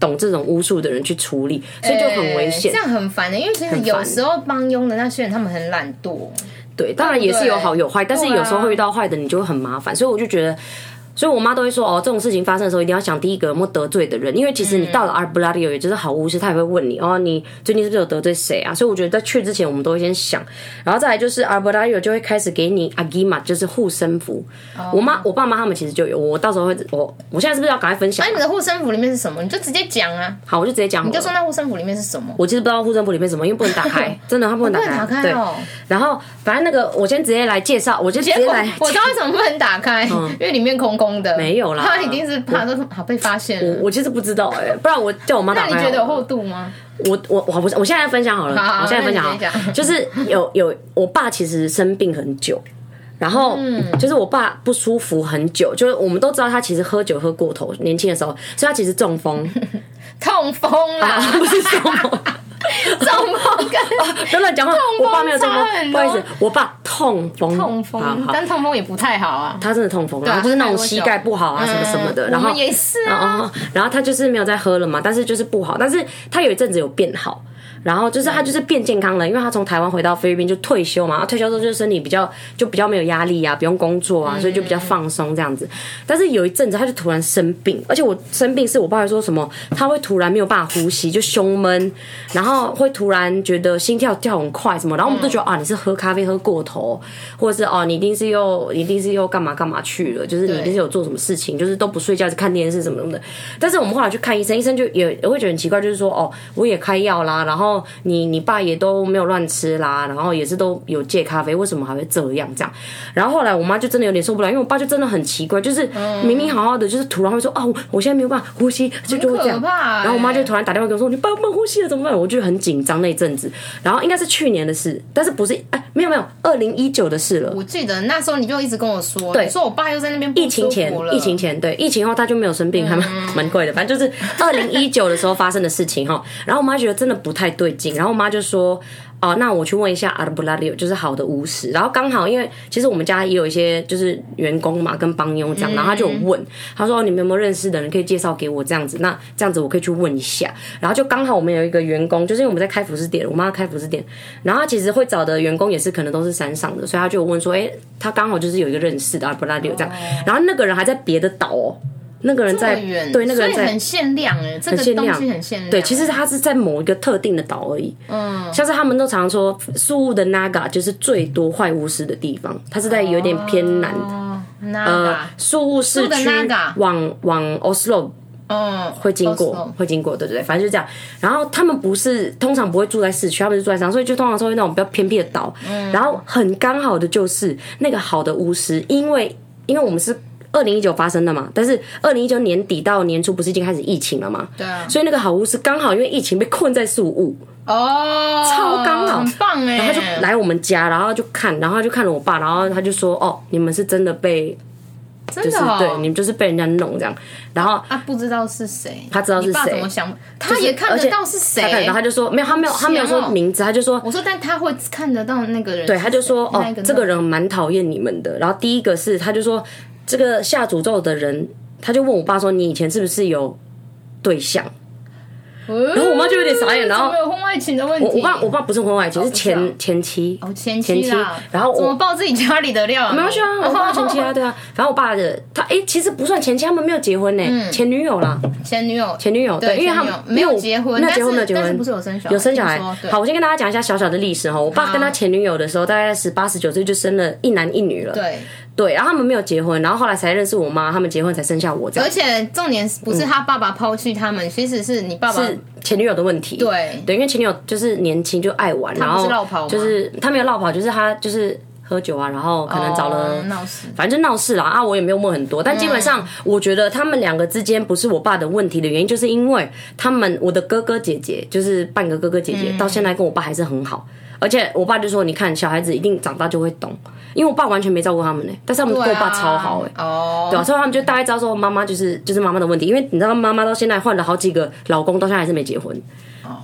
Speaker 1: 懂这种巫术的人去处理，所以就很危险
Speaker 2: 哎这。样很烦的、因为其实有
Speaker 1: 烦
Speaker 2: 时候帮佣的那些人他们很懒惰，啊
Speaker 1: 对，当然也是有好有坏，但是有时候会遇到坏的，你就会很麻烦。所以我就觉得。所以我妈都会说哦，这种事情发生的时候一定要想第一个有没有得罪的人，因为其实你
Speaker 2: 嗯
Speaker 1: 到了 a r b l a d i o 也就是好巫师，他也会问你哦，你最近是不是有得罪谁啊？所以我觉得在去之前我们都会先想，然后再来就是 a r b l a d i o 就会开始给你 agima，就是护身符。
Speaker 2: 哦
Speaker 1: 我妈、我爸妈他们其实就有，我到时候会我我现在是不是要赶快分享啊
Speaker 2: 哎那、？你的护身符里面是什么？你就直接讲啊，
Speaker 1: 好，我就直接讲好了，
Speaker 2: 你就说那护身符里面是什么。
Speaker 1: 我其实不知道护身符里面什么，因为不能 打
Speaker 2: 哎
Speaker 1: 开，真的它不能打
Speaker 2: 不
Speaker 1: 开。
Speaker 2: 能打开
Speaker 1: 对，
Speaker 2: 哦。
Speaker 1: 然后反正那个我先直接来介绍，我就直
Speaker 2: 结
Speaker 1: 接
Speaker 2: 果
Speaker 1: 来。嗯
Speaker 2: 我知道为什么不能打开，因为里面空空的。
Speaker 1: 没有啦
Speaker 2: 他一定是怕说好被发现了。
Speaker 1: 我其实不知道哎、不然我叫我妈打
Speaker 2: 那
Speaker 1: 开
Speaker 2: 你
Speaker 1: 好了。
Speaker 2: 觉得有厚度吗？
Speaker 1: 我我我不是，我现在分享好了，
Speaker 2: 好好
Speaker 1: 我现在分享好
Speaker 2: 那你先
Speaker 1: 了，
Speaker 2: 讲
Speaker 1: 就是有有我爸其实生病很久。然后，
Speaker 2: 嗯
Speaker 1: 就是我爸不舒服很久，就是我们都知道他其实喝酒喝过头，年轻的时候，所以他其实中 风，
Speaker 2: 痛风啦，
Speaker 1: 啊、不是中风，
Speaker 2: 中风跟
Speaker 1: 不要乱讲话。
Speaker 2: 痛
Speaker 1: 我爸
Speaker 2: 风
Speaker 1: 没有中
Speaker 2: 差
Speaker 1: 风，
Speaker 2: 很
Speaker 1: 不好意思
Speaker 2: 多，
Speaker 1: 我爸痛风，
Speaker 2: 痛
Speaker 1: 好
Speaker 2: 风，
Speaker 1: 好，
Speaker 2: 但痛风也不太好啊。
Speaker 1: 他真的痛风，然后
Speaker 2: 啊
Speaker 1: 就是那种
Speaker 2: 太多
Speaker 1: 膝
Speaker 2: 酒
Speaker 1: 盖不好啊什么什么的，
Speaker 2: 嗯
Speaker 1: 然后
Speaker 2: 我们也是啊，
Speaker 1: 哦，然后他就是没有再喝了嘛，但是就是不好，但是他有一阵子有变好。然后就是他就是变健康了，因为他从台湾回到菲律宾就退休嘛，然后退休之后就是身体比较就比较没有压力啊，不用工作啊，所以就比较放松这样子。但是有一阵子他就突然生病，而且我生病是我爸还说什么他会突然没有办法呼吸，就胸闷，然后会突然觉得心跳跳很快什么，然后我们都觉得、啊你是喝咖啡喝过头，或者是哦你一定是又你一定是又干嘛干嘛去了，就是你一定是有做什么事情，就是都不睡觉，一直看电视什么什么的。但是我们后来去看医生，医生就也也会觉得很奇怪，就是说哦，我也开药啦，然后你你爸也都没有乱吃啦，然后也是都有戒咖啡，为什么还会这样这样？然后后来我妈就真的有点受不了，因为我爸就真的很奇怪，就是明明好好的，就是突然会说啊，我我现在没有办法呼吸，就就会这样。
Speaker 2: 可怕欸
Speaker 1: 然后我妈就突然打电话给我说，你爸不能呼吸了怎么办？我就很紧张那一阵子。然后应该是去年的事，但是不是哎没有没有，二零一九的事了。
Speaker 2: 我记得那时候你就一直跟我说，你说我爸又在那边
Speaker 1: 疫
Speaker 2: 疫
Speaker 1: 情前，疫情前对，疫情后他就没有生病，还蛮蛮贵的。反正就是二零一九的时候发生的事情哈。然后我妈觉得真的不太对劲，然后我妈就说：“哦，那我去问一下阿布拉里，就是好的巫师。”然后刚好因为其实我们家也有一些就是员工嘛，跟帮佣这
Speaker 2: 嗯
Speaker 1: 样，然后他就有问，他说：“哦，你们有没有认识的人可以介绍给我这样子？那这样子我可以去问一下。”然后就刚好我们有一个员工，就是因为我们在开服饰店，我妈开服饰店，然后她其实会找的员工也是可能都是山上的，所以她就有问说：“哎、他刚好就是有一个认识的阿布拉里这样。”
Speaker 2: 哦
Speaker 1: 然后那个人还在别的岛哦，那个人在
Speaker 2: 远，
Speaker 1: 对那个人
Speaker 2: 所以
Speaker 1: 在
Speaker 2: 很限量哎，这个
Speaker 1: 限
Speaker 2: 东
Speaker 1: 量
Speaker 2: 西很限量。
Speaker 1: 对，其实他是在某一个特定的岛而已。嗯，像是他们都常说宿雾的 Naga 就是最多坏巫师的地方，它是在有点偏南。
Speaker 2: 哦，
Speaker 1: 呃
Speaker 2: 那，
Speaker 1: 宿雾市
Speaker 2: 宿的
Speaker 1: 区
Speaker 2: Naga
Speaker 1: 往往 Oslo
Speaker 2: 嗯
Speaker 1: 会经过，会经过，对对对，反正就这样。然后他们不是通常不会住在市区，他们是住在山上，所以就通常是会那种比较偏僻的岛。
Speaker 2: 嗯
Speaker 1: 然后很刚好的就是那个好的巫师，因为因为我们是二零一九发生的嘛，但是二零一九年底到年初不是已经开始疫情了嘛？
Speaker 2: 对啊，
Speaker 1: 所以那个好巫师刚好因为疫情被困在宿务，
Speaker 2: 哦，
Speaker 1: 超刚好
Speaker 2: 很棒哎，
Speaker 1: 然后他就来我们家，然后就看，然后他就看了我爸，然后他就说：“哦，你们是真的被，
Speaker 2: 真
Speaker 1: 就是
Speaker 2: 的哦
Speaker 1: 对，你们就是被人家弄这样。”然后
Speaker 2: 啊，不知道是谁，
Speaker 1: 他知道是
Speaker 2: 你爸
Speaker 1: 谁
Speaker 2: 怎么想？
Speaker 1: 就
Speaker 2: 他
Speaker 1: 是
Speaker 2: 也看
Speaker 1: 而且
Speaker 2: 得到是谁
Speaker 1: 他。看得到，他就说没有，他没有，他没有
Speaker 2: 香哦
Speaker 1: 说名字，他就说
Speaker 2: 我说，但他会看得到那个人，
Speaker 1: 对，他就说哦
Speaker 2: 那一个，
Speaker 1: 这个人蛮讨厌你们的。然后第一个是，他就说这个下诅咒的人，他就问我爸说，你以前是不是有对象？
Speaker 2: 然
Speaker 1: 后我妈就有点傻眼然后
Speaker 2: 呃有婚外情的问题，
Speaker 1: 我爸我爸不是婚外情，是
Speaker 2: 不是啊
Speaker 1: 前前妻。
Speaker 2: 哦前
Speaker 1: 前
Speaker 2: 妻
Speaker 1: 妻
Speaker 2: 啦，
Speaker 1: 然后我
Speaker 2: 怎么爆自己家里的料啊？没
Speaker 1: 没关系啊， 我爸前妻啊，对啊，反正我爸的他哎、其实不算前妻，他们没有结婚呢、前女友啦，
Speaker 2: 前女友，
Speaker 1: 前女友对，因为他们
Speaker 2: 嗯前女友没有结婚，
Speaker 1: 没有
Speaker 2: 但
Speaker 1: 结
Speaker 2: 是
Speaker 1: 婚，没有结
Speaker 2: 但是
Speaker 1: 婚，
Speaker 2: 不是有生小孩？
Speaker 1: 有生小孩
Speaker 2: 听说。对
Speaker 1: 好，我先跟大家讲一下小小的历史哈。我爸跟他前女友的时候，大概十八十九岁就生了一男一女了。
Speaker 2: 对，
Speaker 1: 对，然后他们没有结婚，然后后来才认识我妈，他们结婚才生下我这样
Speaker 2: 而。且重点是不是他爸爸抛弃他们，其实是你爸爸
Speaker 1: 嗯是前女友的问题，
Speaker 2: 对
Speaker 1: 对，因为前女友就是年轻就爱玩，然
Speaker 2: 不是
Speaker 1: 后
Speaker 2: 落跑吗
Speaker 1: 就是他没有落跑，就是他就是喝酒啊，然后可能找了
Speaker 2: 哦嗯闹事。
Speaker 1: 反正就闹事啦啊！我也没有问很多，但基本上我觉得他们两个之间不是我爸的问题的原因，就是因为他们我的哥哥姐姐就是半个哥哥姐姐，
Speaker 2: 嗯
Speaker 1: 到现在跟我爸还是很好，而且我爸就说，你看小孩子一定长大就会懂，因为我爸完全没照顾他们呢、但是他们跟我爸
Speaker 2: 啊
Speaker 1: 超好哎、
Speaker 2: 哦，
Speaker 1: 对啊，所以他们就大概知道说妈妈就是就是妈妈的问题，因为你知道妈妈到现在换了好几个老公，到现在还是没结婚。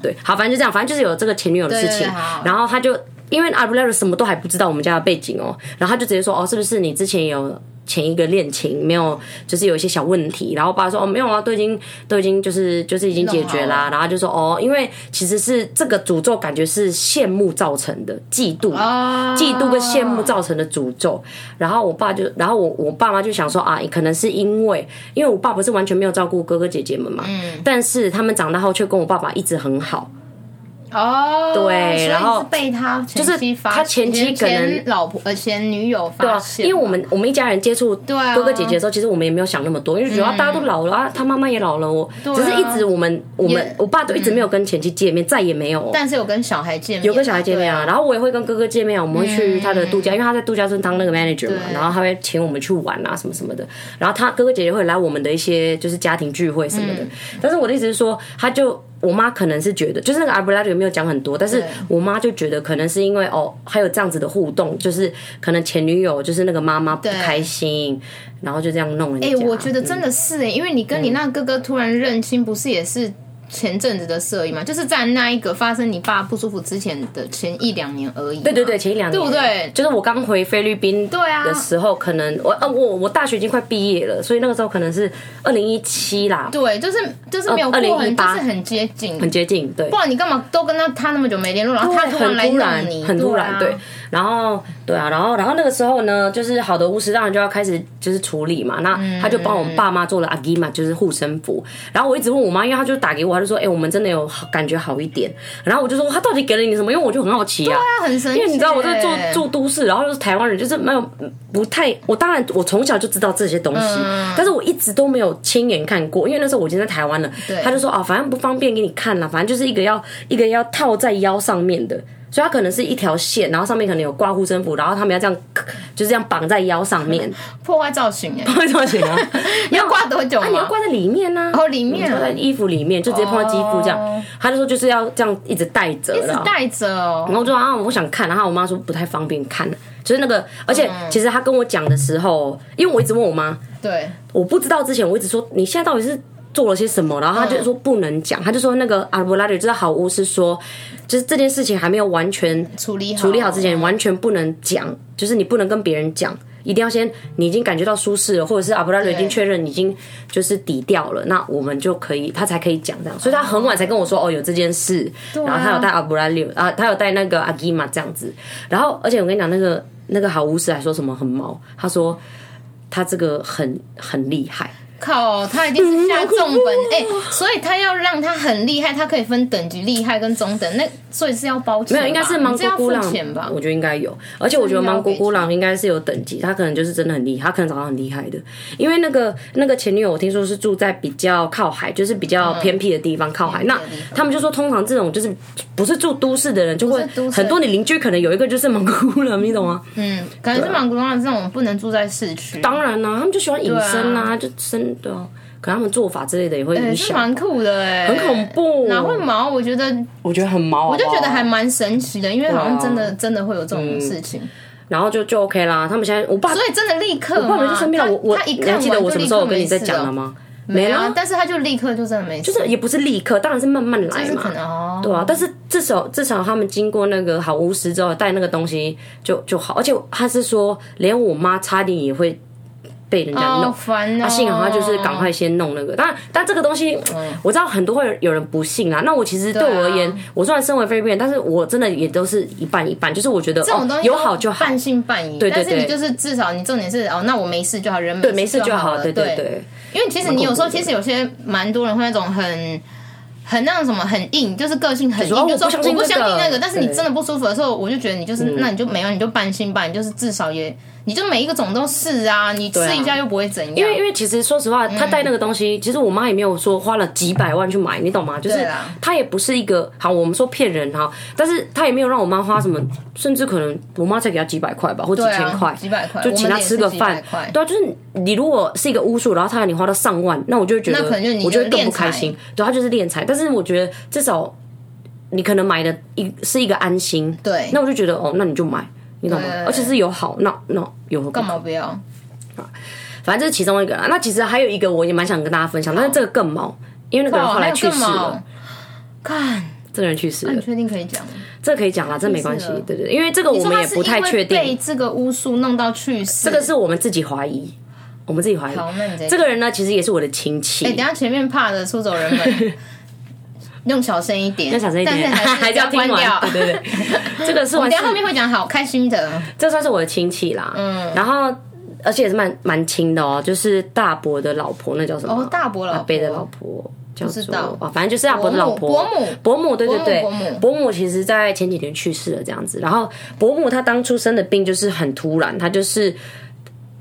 Speaker 1: 对，好，反正就这样，反正就是有这个前女友的事情，
Speaker 2: 哦对对对好
Speaker 1: 然后他就因为阿布莱尔什么都还不知道我们家的背景哦，然后他就直接说哦，是不是你之前有前一个恋情没有，就是有一些小问题，然后我爸说哦没有啊，都已经都已经就是就是已经解决
Speaker 2: 弄好
Speaker 1: 啦、
Speaker 2: 了
Speaker 1: 然后就说哦，因为其实是这个诅咒感觉是羡慕造成的，嫉妒
Speaker 2: 啊，
Speaker 1: 嫉妒跟羡慕造成的诅咒。然后我爸就，然后我我爸妈就想说啊，可能是因为，因为我爸不是完全没有照顾哥哥姐姐们嘛，
Speaker 2: 嗯
Speaker 1: 但是他们长大后却跟我爸爸一直很好，
Speaker 2: 哦，
Speaker 1: 对
Speaker 2: 所以
Speaker 1: 然后
Speaker 2: 是被他前妻发，
Speaker 1: 他前妻可能啊
Speaker 2: 前老婆呃前女友发现
Speaker 1: 因
Speaker 2: 了，
Speaker 1: 为我们我们一家人接触哥
Speaker 2: 啊嗯
Speaker 1: 哥姐姐的时候，其实我们也没有想那么多，因为主要大家都老了啊，他妈妈也老了，我
Speaker 2: 啊
Speaker 1: 只是一直我们我们
Speaker 2: 也嗯
Speaker 1: 我爸都一直没有跟前妻见面，再也没有哦。
Speaker 2: 但是有跟小孩见面，
Speaker 1: 有跟小孩见面啊，然后我也会跟哥哥见面啊，我们会去他的度假，因为他在度假村当那个 manager 嘛，
Speaker 2: 嗯对
Speaker 1: 然后他会请我们去玩啊，什么什么的。然后他哥哥姐姐会来我们的一些就是家庭聚会什么
Speaker 2: 嗯
Speaker 1: 的。但是我的意思是说，他就我妈可能是觉得，就是那个阿布拉 a 没有讲很多，但是我妈就觉得可能是因为哦，还有这样子的互动，就是可能前女友就是那个妈妈不开心，然后就这样弄人家。
Speaker 2: 哎、我觉得真的是哎、因为你跟
Speaker 1: 嗯
Speaker 2: 你那哥哥突然认亲，不是也是前阵子的事而已嘛？就是在那一个发生你爸不舒服之前的前一两年而已。对
Speaker 1: 对对对，，前一两年
Speaker 2: 对不对？
Speaker 1: 就是我刚回菲律宾
Speaker 2: 对啊
Speaker 1: 的时候，可能我呃我我大学已经快毕业了，所以那个时候可能是二零一七啦，
Speaker 2: 对，就是就是没有
Speaker 1: 呃
Speaker 2: 过很，就
Speaker 1: 2018
Speaker 2: 是很接近。
Speaker 1: 很接近，对
Speaker 2: 不。然你干嘛都跟他他那么久没联络，然后他
Speaker 1: 对
Speaker 2: 突然来
Speaker 1: 很突
Speaker 2: 弄
Speaker 1: 然
Speaker 2: 你，，
Speaker 1: 很突然，
Speaker 2: 对
Speaker 1: 对
Speaker 2: 啊。
Speaker 1: 然后，对啊，然后，然后那个时候呢，就是好的巫师当然就要开始就是处理嘛。那
Speaker 2: 嗯
Speaker 1: 他就帮我们爸妈做了阿基玛，就是护身符。然后我一直问我妈，因为她就打给我，她就说：“哎、我们真的有好感觉好一点。”然后我就说：“他到底给了你什么？”因为我就很好奇啊。
Speaker 2: 他很生欸气
Speaker 1: 因
Speaker 2: 耶，
Speaker 1: 为你知道我在住住都市，然后又是台湾人，就是没有不太。我当然我从小就知道这些东西，
Speaker 2: 嗯
Speaker 1: 但是我一直都没有亲眼看过，因为那时候我已经在台湾了。他就说啊，反正不方便给你看了，反正就是一个要一个要套在腰上面的。所以它可能是一条线，然后上面可能有挂护身符，然后他们要这样，就是这样绑在腰上
Speaker 2: 嗯
Speaker 1: 面，
Speaker 2: 破坏造型哎、
Speaker 1: 为什么行 啊？
Speaker 2: 你要挂多久
Speaker 1: 啊，你要
Speaker 2: 嘛？
Speaker 1: 挂在里面呢、啊？
Speaker 2: 哦里面
Speaker 1: 你要挂在衣服里面，就直接碰到肌肤这样。
Speaker 2: 哦
Speaker 1: 他就说就是要这样一直戴着，
Speaker 2: 一直
Speaker 1: 然后
Speaker 2: 带着哦
Speaker 1: 然。后我就说啊，我想看，然后我妈说不太方便看，就是那个，而且其实她跟我讲的时候，因为我一直问我妈，
Speaker 2: 对，
Speaker 1: 我不知道之前，我一直说你现在到底是做了些什么，然后她就说不能讲，她就说那个阿布拉德就是好巫师说，就是这件事情还没有完全
Speaker 2: 处理好
Speaker 1: 处理好之前，完全不能讲，就是你不能跟别人讲。一定要先，你已经感觉到舒适了，或者是阿布拉德已经确认已经就是抵掉了，那我们就可以，他才可以讲这样。所以他很晚才跟我说，哦，有这件事，然后他有带阿布拉六啊，他有带那个阿基玛这样子。然后，而且我跟你讲，那个那个好巫师还说什么很毛，他说他这个很很厉害，
Speaker 2: 靠，他一定是下 重本哎、所以他要让他很厉害，他可以分等级厉害跟中等，那所以是要包钱
Speaker 1: 没
Speaker 2: 吧，
Speaker 1: 有，应该是芒
Speaker 2: 你
Speaker 1: 果
Speaker 2: 要
Speaker 1: 姑嗯
Speaker 2: 付
Speaker 1: 郎
Speaker 2: 钱吧？
Speaker 1: 我觉得应该有。而且我觉得
Speaker 2: 真的要
Speaker 1: 芒果
Speaker 2: 给
Speaker 1: 姑郎应该是有等级，他可能就是真的很厉害，他可能找到很厉害的。因为那个那个前女友，我听说是住在比较靠海，就是比较偏僻的地方，靠海。那
Speaker 2: 嗯偏僻的地方
Speaker 1: 他们就说，通常这种就是不是住都市的人，就会
Speaker 2: 不是都市
Speaker 1: 很多你邻居可能有一个就是芒果姑郎，你懂吗？
Speaker 2: 嗯，可能是芒果姑郎这种不能住在市区，
Speaker 1: 啊当然啦、他们就喜欢隐身
Speaker 2: 对
Speaker 1: 啊，就身对啊，可能他们做法之类的也会影
Speaker 2: 也是
Speaker 1: 响，
Speaker 2: 蛮酷的哎、
Speaker 1: 很恐怖。
Speaker 2: 哪会毛？我觉得
Speaker 1: 我觉得很毛好不好，我
Speaker 2: 就觉得还蛮神奇的，因为好像真的真的会有这种事情，
Speaker 1: 嗯然后就就 OK 啦。他们现在我爸
Speaker 2: 所以真的立刻嘛，
Speaker 1: 我没在身边
Speaker 2: 啊他
Speaker 1: 了，我我
Speaker 2: 他一
Speaker 1: 你
Speaker 2: 看
Speaker 1: 还
Speaker 2: 完
Speaker 1: 记得我什么时候有跟你在讲了
Speaker 2: 了？
Speaker 1: 吗？
Speaker 2: 没
Speaker 1: 没
Speaker 2: 啊
Speaker 1: 啦，，
Speaker 2: 但是他就立刻就真的没事，
Speaker 1: 就是也不是立刻，当然是慢慢来
Speaker 2: 就是可
Speaker 1: 嘛。
Speaker 2: 能哦，
Speaker 1: 对啊，但是至少至少他们经过那个好巫师之后带那个东西就就好，而且他是说连我妈差点也会被人家
Speaker 2: 好
Speaker 1: 弄，
Speaker 2: 烦哦。嗯
Speaker 1: 啊，幸好他就是赶快先弄那个。但但这个东西，我知道很多会有人不信啦。那我其实对
Speaker 2: 对啊
Speaker 1: 我而言，我虽然身为菲律宾人，但是我真的也都是一半一半，就是我觉得这
Speaker 2: 这种东西
Speaker 1: 哦有好就好，
Speaker 2: 半信半疑。
Speaker 1: 对对对
Speaker 2: 但是你就是至少你重点是哦，那我没事就好，人
Speaker 1: 对，没事
Speaker 2: 就
Speaker 1: 就好。
Speaker 2: 了
Speaker 1: 对
Speaker 2: 对
Speaker 1: 对对，
Speaker 2: 因为其实你有时候
Speaker 1: 蛮恐怖的
Speaker 2: 其实有些蛮多人会那种很。很那种什么很硬，就是个性很硬，
Speaker 1: 说哦
Speaker 2: 就
Speaker 1: 我不相
Speaker 2: 说
Speaker 1: 信
Speaker 2: 不相信
Speaker 1: 这个
Speaker 2: 那个。但是你
Speaker 1: 对嗯
Speaker 2: 真的不舒服的时候，我就觉得你就是，那你就没有，你就半信半疑，就是至少也，你就每一个种都试啊，你试
Speaker 1: 啊
Speaker 2: 一下又不会怎样。嗯
Speaker 1: 因为因为其实说实话，他带那个东西，其实我妈也没有说花了几百万去买，你懂吗？就是
Speaker 2: 对啊啦
Speaker 1: 他也不是一个好，我们说骗人哈，但是他也没有让我妈花什么，甚至可能我妈才给他几百块吧，或几
Speaker 2: 对
Speaker 1: 千块
Speaker 2: 啊，，几百块，
Speaker 1: 就请
Speaker 2: 我
Speaker 1: 他
Speaker 2: 们也是
Speaker 1: 吃个
Speaker 2: 几
Speaker 1: 饭
Speaker 2: 百块。
Speaker 1: 对啊，就是你如果是一个巫术，然后他让你花到上万，那我就会觉得，
Speaker 2: 那可能就是你
Speaker 1: 我就会
Speaker 2: 就是
Speaker 1: 更不
Speaker 2: 敛财
Speaker 1: 开心。对，他就是敛财，但是我觉得至少你可能买的一是一个安心，
Speaker 2: 对，
Speaker 1: 那我就觉得哦，那你就买，你懂吗
Speaker 2: 对？
Speaker 1: 而且是有好，那那有何不
Speaker 2: 干嘛不要？
Speaker 1: 反正这是其中一个啦。啊那其实还有一个，我也蛮想跟大家分享，但是这个更毛，因为那个人后来
Speaker 2: 还有
Speaker 1: 去
Speaker 2: 哦更
Speaker 1: 世了
Speaker 2: 毛，。看，
Speaker 1: 这个人去世
Speaker 2: 你
Speaker 1: 了，
Speaker 2: 确定可以讲吗？
Speaker 1: 这可以讲啦，这没关系
Speaker 2: 去世了，
Speaker 1: 对对，对因为这个我
Speaker 2: 说
Speaker 1: 们
Speaker 2: 他
Speaker 1: 也
Speaker 2: 是
Speaker 1: 不太
Speaker 2: 因为
Speaker 1: 确定，
Speaker 2: 被这个巫术弄到去世，
Speaker 1: 这个是我们自己怀疑，我们自己怀疑。
Speaker 2: 好，那你这
Speaker 1: 这个人呢，其实也是我的亲戚。
Speaker 2: 哎、等一下前面怕的出走人 们用小声一点，
Speaker 1: 要小声一点，
Speaker 2: 但是还
Speaker 1: 还
Speaker 2: 是
Speaker 1: 是要听
Speaker 2: 关掉
Speaker 1: 完。。哦对对对，这个是
Speaker 2: 我
Speaker 1: 我
Speaker 2: 们等一下后面会讲好开心的，
Speaker 1: 这算是我的亲戚啦。嗯，然后而且也是蛮蛮亲的哦，就是大伯的老婆，那叫什么？
Speaker 2: 哦大伯老婆
Speaker 1: 阿伯的啊老婆。叫做
Speaker 2: 知道
Speaker 1: 哦，反正就是大伯的老婆
Speaker 2: 伯母
Speaker 1: 伯母，对对对，
Speaker 2: 伯母伯母
Speaker 1: 其实在前几年去世了，这样子。然后伯母她当初生的病就是很突然，她就是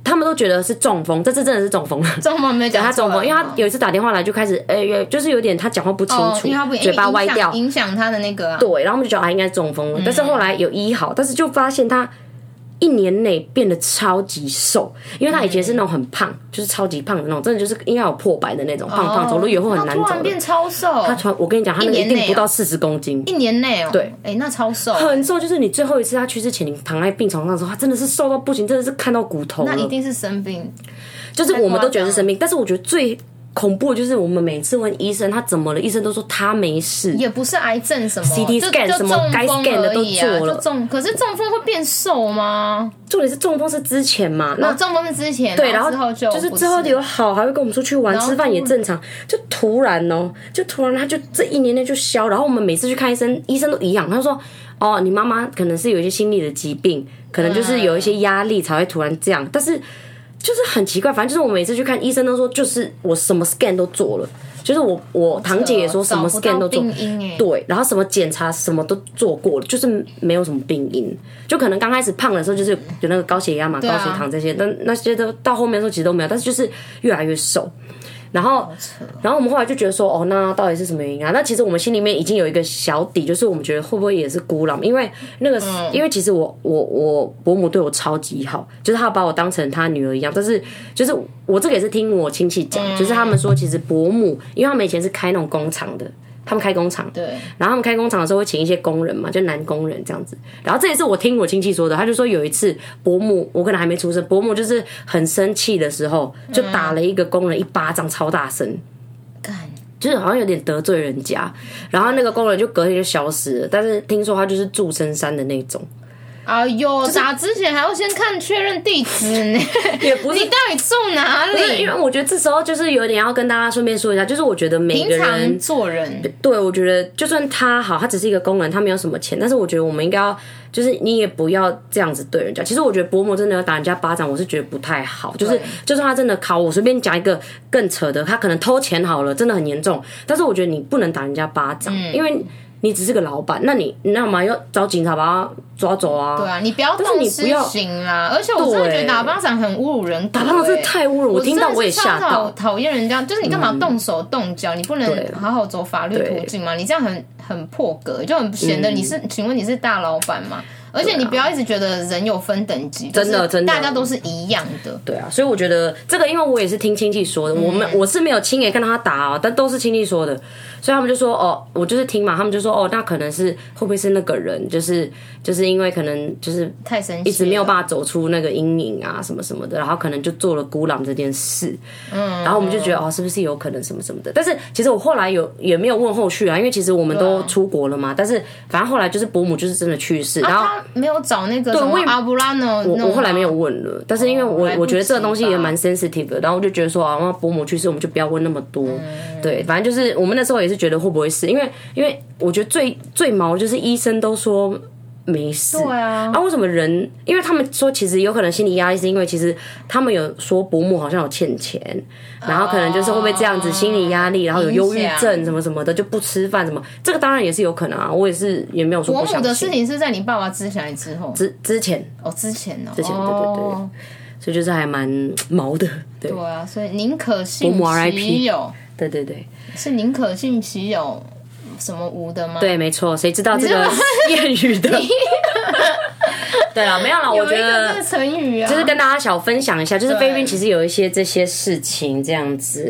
Speaker 1: 他们都觉得是中风，这次真的是中 风了。
Speaker 2: 中文没讲
Speaker 1: 他中
Speaker 2: 错啊
Speaker 1: 风，因为他有一次打电话来就开始，呃、就是有点他讲话不清
Speaker 2: 哦，
Speaker 1: 楚，
Speaker 2: 因为他不
Speaker 1: 嘴巴
Speaker 2: 因为
Speaker 1: 歪
Speaker 2: 影响
Speaker 1: 掉，
Speaker 2: 影响他的那个、啊。
Speaker 1: 对，然后我们就觉得哎他应该中风了，但是后来有医好，但是就发现他一年内变得超级瘦，因为他以前是那种很胖，就是超级胖的那种，真的就是应该有破百的那种胖胖，
Speaker 2: 哦
Speaker 1: 走路也会很难
Speaker 2: 他突
Speaker 1: 走
Speaker 2: 然
Speaker 1: 的。
Speaker 2: 变超瘦，
Speaker 1: 他穿，我跟你讲，他那个一
Speaker 2: 一年内
Speaker 1: 定不
Speaker 2: 哦
Speaker 1: 到四十公斤。
Speaker 2: 一年内哦、
Speaker 1: 对，
Speaker 2: 哎、那超瘦，
Speaker 1: 很瘦，就是你最后一次他去世前，你躺在病床上的时候，他真的是瘦到不行，真的是看到骨头
Speaker 2: 那一
Speaker 1: 了。
Speaker 2: 定是生病。
Speaker 1: 就是我们都觉得是生病，但是我觉得最恐怖的就是我们每次问医生他怎么了，医生都说他没事。
Speaker 2: 也不是癌症什么
Speaker 1: CT
Speaker 2: 就
Speaker 1: scan
Speaker 2: 就
Speaker 1: 什么
Speaker 2: 中
Speaker 1: 该
Speaker 2: 风
Speaker 1: scan 的
Speaker 2: 而
Speaker 1: 都
Speaker 2: 已啊，
Speaker 1: 做了
Speaker 2: 就中，可是中风会变瘦吗？
Speaker 1: 重点是中风是之前嘛，那
Speaker 2: 哦，中风是之前，
Speaker 1: 啊对，然后
Speaker 2: 之后就
Speaker 1: 就是
Speaker 2: 不
Speaker 1: 之后有好，还会跟我们出去玩，
Speaker 2: 后
Speaker 1: 吃饭也
Speaker 2: 突然
Speaker 1: 正常。就突然哦，就突然他就这一年内就消，然后我们每次去看医生，医生都一样，他说：“哦，你妈妈可能是有一些心理的疾病，可能就是有一些压力才会突然这样。”但是就是很奇怪，反正就是我每次去看医生都说，就是我什么 scan 都做了，就是我我堂姐也说什么
Speaker 2: 找不到
Speaker 1: scan 都做
Speaker 2: 病因欸，
Speaker 1: 对，然后什么检查什么都做过了，就是没有什么病因，就可能刚开始胖的时候就是有那个高血压嘛、高
Speaker 2: 啊
Speaker 1: 血糖这些，但那些都到后面的时候其实都没有，但是就是越来越瘦。然后，然后我们后来就觉得说，哦，那到底是什么原因啊？那其实我们心里面已经有一个小底，就是我们觉得会不会也是孤狼？因为那个，因为其实我我我伯母对我超级好，就是她把我当成她女儿一样。但是就是我这个也是听我亲戚讲，就是他们说，其实伯母，因为他们以前是开那种工厂的，他们开工厂，
Speaker 2: 对，
Speaker 1: 然后他们开工厂的时候会请一些工人嘛，就男工人这样子。然后这也是我听我亲戚说的，他就说有一次伯母，我可能还没出生，伯母就是很生气的时候，就打了一个工人一巴掌，超大声。
Speaker 2: 干
Speaker 1: 就是好像有点得罪人家，然后那个工人就隔天就消失了。但是听说他就是住深山的那种，
Speaker 2: 哎呦，打之前还要先看确认地址呢，
Speaker 1: 也不是
Speaker 2: 你到底住哪
Speaker 1: 对，因
Speaker 2: 里？
Speaker 1: 为我觉得这时候就是有点要跟大家顺便说一下，就是我觉得每个
Speaker 2: 平
Speaker 1: 人
Speaker 2: 常做人，
Speaker 1: 对，我觉得就算他好，他只是一个工人，他没有什么钱，但是我觉得我们应该要，就是你也不要这样子对人家。其实我觉得伯母真的要打人家巴掌，我是觉得不太好。就是就算他真的考我，随便讲一个更扯的，他可能偷钱好了，真的很严重。但是我觉得你不能打人家巴掌，因为你只是个老板，那你你要嘛要找警察把他抓走啊。
Speaker 2: 对啊，你不要
Speaker 1: 但是
Speaker 2: 动
Speaker 1: 你
Speaker 2: 私
Speaker 1: 不要
Speaker 2: 刑啦！而且我真的觉得
Speaker 1: 对
Speaker 2: 打巴掌很侮辱人格欸，打
Speaker 1: 巴掌真的太侮辱我听到我也吓到嗯
Speaker 2: 讨厌人家，就是你干嘛动手动脚？你不能好好走法律途径吗？你这样很很破格，就很显
Speaker 1: 嗯
Speaker 2: 得你是，请问你是大老板吗？而且你不要一直觉得人有分等级，真
Speaker 1: 的啊真的
Speaker 2: 大家都是一样的。
Speaker 1: 对啊，所以我觉得这个，因为我也是听亲戚说的，我们我是没有亲眼看到他打哦，但都是亲戚说的，所以他们就说哦，我就是听嘛，他们就说哦，那可能是会不会是那个人，就是就是因为可能就是
Speaker 2: 太神奇，
Speaker 1: 一直没有办法走出那个阴影啊什么什么的，然后可能就做了孤狼这件事，嗯，然后我们就觉得哦，是不是有可能什么什么的？但是其实我后来有也没有问后续啊，因为其实我们都出国了嘛，但是反正后来就是伯母就是真的去世，然后
Speaker 2: 他没有找那个什
Speaker 1: 啊我
Speaker 2: 么
Speaker 1: 也
Speaker 2: 阿布拉诺，
Speaker 1: 我后来没有问了，但是因为我、
Speaker 2: 来嗯哦不
Speaker 1: 我觉得这个
Speaker 2: 及
Speaker 1: 东西也
Speaker 2: 吧
Speaker 1: 蛮 sensitive 的，然后我就觉得说啊，那伯母去世我们就不要问那么多。
Speaker 2: 嗯
Speaker 1: 对，反正就是我们那时候也是觉得会不会是因为因为我觉得最最毛的就是医生都说没事，
Speaker 2: 对啊
Speaker 1: 啊为什么人？因为他们说其实有可能心理压力是因为其实他们有说伯母好像有欠钱，然后可能就是会不会这样子心理压力，然后有忧郁
Speaker 2: 哦影响
Speaker 1: 症什么什么的就不吃饭什么，这个当然也是有可能啊，我也是也没有说
Speaker 2: 伯
Speaker 1: 不
Speaker 2: 母
Speaker 1: 相
Speaker 2: 的事
Speaker 1: 信。
Speaker 2: 情是在你爸爸之前还是之后？
Speaker 1: 之之前，
Speaker 2: 哦，之前哦，之
Speaker 1: 前对对对所以就是还蛮毛的，对。
Speaker 2: 对啊，所以宁可信
Speaker 1: 伯母 RIP
Speaker 2: 其有，
Speaker 1: 对对对
Speaker 2: 是宁可信其有什么无的吗？，
Speaker 1: 对，没错，谁知道这个 谚语的？ 对啊，没有了，我
Speaker 2: 有
Speaker 1: 觉
Speaker 2: 一个这
Speaker 1: 得
Speaker 2: 个。成语啊，
Speaker 1: 就是跟大家小分享一下，就是
Speaker 2: 对
Speaker 1: 菲律宾其实有一些这些事情这样子，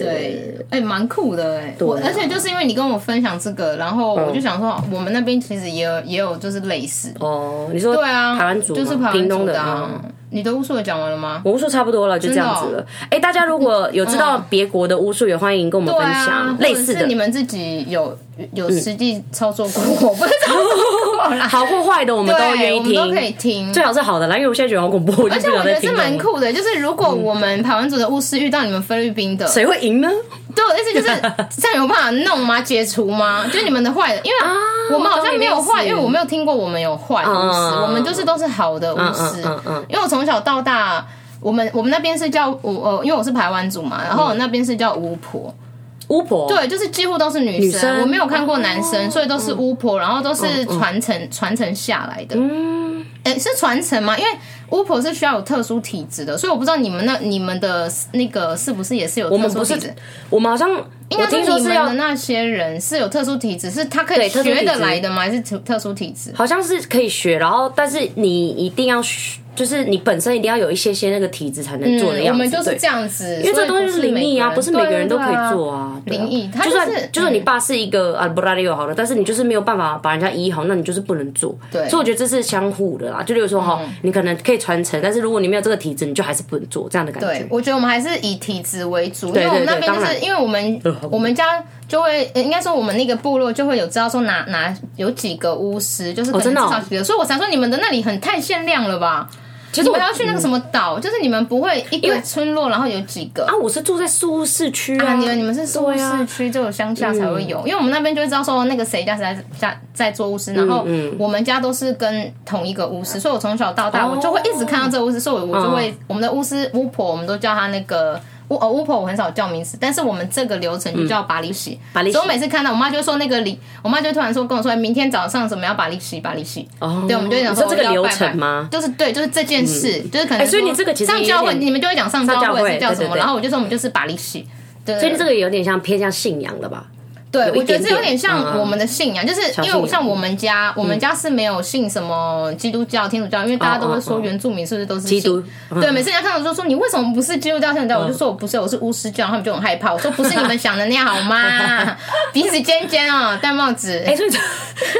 Speaker 2: 对，哎、蛮酷的哎、我而且就是因为你跟我分享这个，然后我就想说，哦我们那边其实也有也有就是类似，
Speaker 1: 嗯哦，你说
Speaker 2: 对啊，
Speaker 1: 台湾族吗
Speaker 2: 就是台湾
Speaker 1: 屏
Speaker 2: 族
Speaker 1: 东
Speaker 2: 的
Speaker 1: 的
Speaker 2: 啊
Speaker 1: 嗯，
Speaker 2: 你的巫术也讲完了吗？
Speaker 1: 我巫术差不多了，就这样子
Speaker 2: 真的哦嗯
Speaker 1: 了。哎、大家如果有知道别国的巫术，也欢迎跟我们分
Speaker 2: 对
Speaker 1: 享、
Speaker 2: 啊，
Speaker 1: 类似
Speaker 2: 或者是
Speaker 1: 的嗯
Speaker 2: 你们自己有有实际操作过， 我不是操作过啦，
Speaker 1: 好或坏的，我们都愿
Speaker 2: 对，
Speaker 1: 意
Speaker 2: 我们都可以
Speaker 1: 听。
Speaker 2: 听。
Speaker 1: 最好是好的啦，因为我现在觉得好恐怖，我就
Speaker 2: 而且
Speaker 1: 不
Speaker 2: 我
Speaker 1: 想再
Speaker 2: 觉得
Speaker 1: 听嗯
Speaker 2: 是
Speaker 1: 了。
Speaker 2: 蛮酷的，就是如果我们台湾组的巫师遇到你们菲律宾的，
Speaker 1: 谁会赢呢？
Speaker 2: 对，我的意思就是 这样有办法弄吗？解除吗？就是你们的坏的，因
Speaker 1: 啊
Speaker 2: 为我们好像没有
Speaker 1: 我懂
Speaker 2: 坏，
Speaker 1: 你的意思
Speaker 2: 因为我没有听过我们有坏的巫师，
Speaker 1: 嗯
Speaker 2: 我们就是都是好的巫师
Speaker 1: 嗯嗯嗯嗯。
Speaker 2: 因为我从小到大，我们我们那边是叫我呃，因为我是台湾族嘛，然
Speaker 1: 嗯
Speaker 2: 后我那边是叫巫婆，
Speaker 1: 巫婆，
Speaker 2: 对，就是几乎都是女
Speaker 1: 女生哦
Speaker 2: 生，我没有看过男生，所以都是巫婆，然后都是传承传承下来的。
Speaker 1: 嗯，
Speaker 2: 诶，是传承吗？因为巫婆是需要有特殊体质的，所以我不知道你们那你们的那个是不是也是有特
Speaker 1: 们
Speaker 2: 殊
Speaker 1: 不是
Speaker 2: 体质？
Speaker 1: 我们好像
Speaker 2: 应
Speaker 1: 我
Speaker 2: 该
Speaker 1: 听说
Speaker 2: 说你
Speaker 1: 是
Speaker 2: 们
Speaker 1: 要
Speaker 2: 的，那些人是有特殊体质，是他可以
Speaker 1: 对特殊体
Speaker 2: 学
Speaker 1: 质
Speaker 2: 得来的吗？还是特特殊体质？
Speaker 1: 好像是可以学，然后但是你一定要学，就是你本身一定要有一些些那个体质才能做的
Speaker 2: 嗯我
Speaker 1: 样子。
Speaker 2: 们就是
Speaker 1: 对
Speaker 2: 这样子，
Speaker 1: 因为
Speaker 2: 所
Speaker 1: 这
Speaker 2: 以
Speaker 1: 东西就是灵异啊，不是每个人都可以做啊。
Speaker 2: 对
Speaker 1: 对
Speaker 2: 啊
Speaker 1: 啊
Speaker 2: 灵异它
Speaker 1: 就
Speaker 2: 就是
Speaker 1: 算就算你爸是一个啊布拉利奥好了，但是你就是没有办法把人家医好，那你就是不能做。
Speaker 2: 对嗯
Speaker 1: 所以我觉得这是相互的啦。就例如说哈，你可能可以传承，但是如果你没有这个体质，你就还是不能做这样的感
Speaker 2: 对
Speaker 1: 觉，。
Speaker 2: 我觉得我们还是以体质为主，
Speaker 1: 对
Speaker 2: 因为我们
Speaker 1: 对对
Speaker 2: 那边就
Speaker 1: 当
Speaker 2: 是
Speaker 1: 然嗯
Speaker 2: 因为 我们
Speaker 1: 好恐怖
Speaker 2: 我们家就会，呃应该说我们那个部落就会有知道说哪哪有几个巫师，就是可能
Speaker 1: 真的哦
Speaker 2: 至少几个，所以我才说你们的那里很太限量了吧？
Speaker 1: 其
Speaker 2: 你
Speaker 1: 实我
Speaker 2: 们要去那个什么岛，就是你们不会一个村落然后有几个
Speaker 1: 啊，我是住在宿市区
Speaker 2: 啊，
Speaker 1: 啊，
Speaker 2: 你们你们是住
Speaker 1: 对
Speaker 2: 市
Speaker 1: 啊。嗯
Speaker 2: 区，只有乡下才会有，因为我们那边就会知道说那个谁家谁在在在做巫师，然后
Speaker 1: 嗯
Speaker 2: 我们家都是跟同一个巫师，所以我从小到大
Speaker 1: 哦
Speaker 2: 我就会一直看到这个巫师，所以我就会我们的巫师巫婆，我们都叫她那个。巫哦，巫婆我很少叫名字，但是我们这个流程就
Speaker 1: 嗯
Speaker 2: 叫把利洗，
Speaker 1: 把利洗
Speaker 2: 所以我每次看到我妈就会说那个李，我妈就会突然说跟我说，明天早上什么要把利洗，把利洗。
Speaker 1: 哦
Speaker 2: 对，我们就会讲
Speaker 1: 你说这
Speaker 2: 我
Speaker 1: 个
Speaker 2: 们要
Speaker 1: 流
Speaker 2: 拜拜
Speaker 1: 程吗？
Speaker 2: 就是对，就是这件事，就是可能说。
Speaker 1: 哎所以你这个其实
Speaker 2: 上
Speaker 1: 也
Speaker 2: 教
Speaker 1: 有
Speaker 2: 会，
Speaker 1: 点
Speaker 2: 你们就会讲上教
Speaker 1: 教
Speaker 2: 会是
Speaker 1: 会
Speaker 2: 叫
Speaker 1: 对
Speaker 2: 什
Speaker 1: 对
Speaker 2: 么，
Speaker 1: 对
Speaker 2: 然后我就说我们就是把利洗。对，
Speaker 1: 所以这个有点像偏向信仰了吧？
Speaker 2: 对，我
Speaker 1: 一
Speaker 2: 觉
Speaker 1: 点
Speaker 2: 得这有
Speaker 1: 点
Speaker 2: 点像
Speaker 1: 嗯
Speaker 2: 我们的信仰，就是因为
Speaker 1: 信
Speaker 2: 我
Speaker 1: 仰
Speaker 2: 像我们家，我们家是没有信什么基督教、天主教，因为大家都会
Speaker 1: 嗯
Speaker 2: 说
Speaker 1: 哦哦
Speaker 2: 原住民是不是都是
Speaker 1: 基督嗯
Speaker 2: 信对，每次人家看到就说你为什么不是基督教、天主教，我就说我不是，我是巫师教，他们就很害怕。我说不是你们想的那样好 吗？鼻子尖尖啊，戴帽子。
Speaker 1: 哎，所以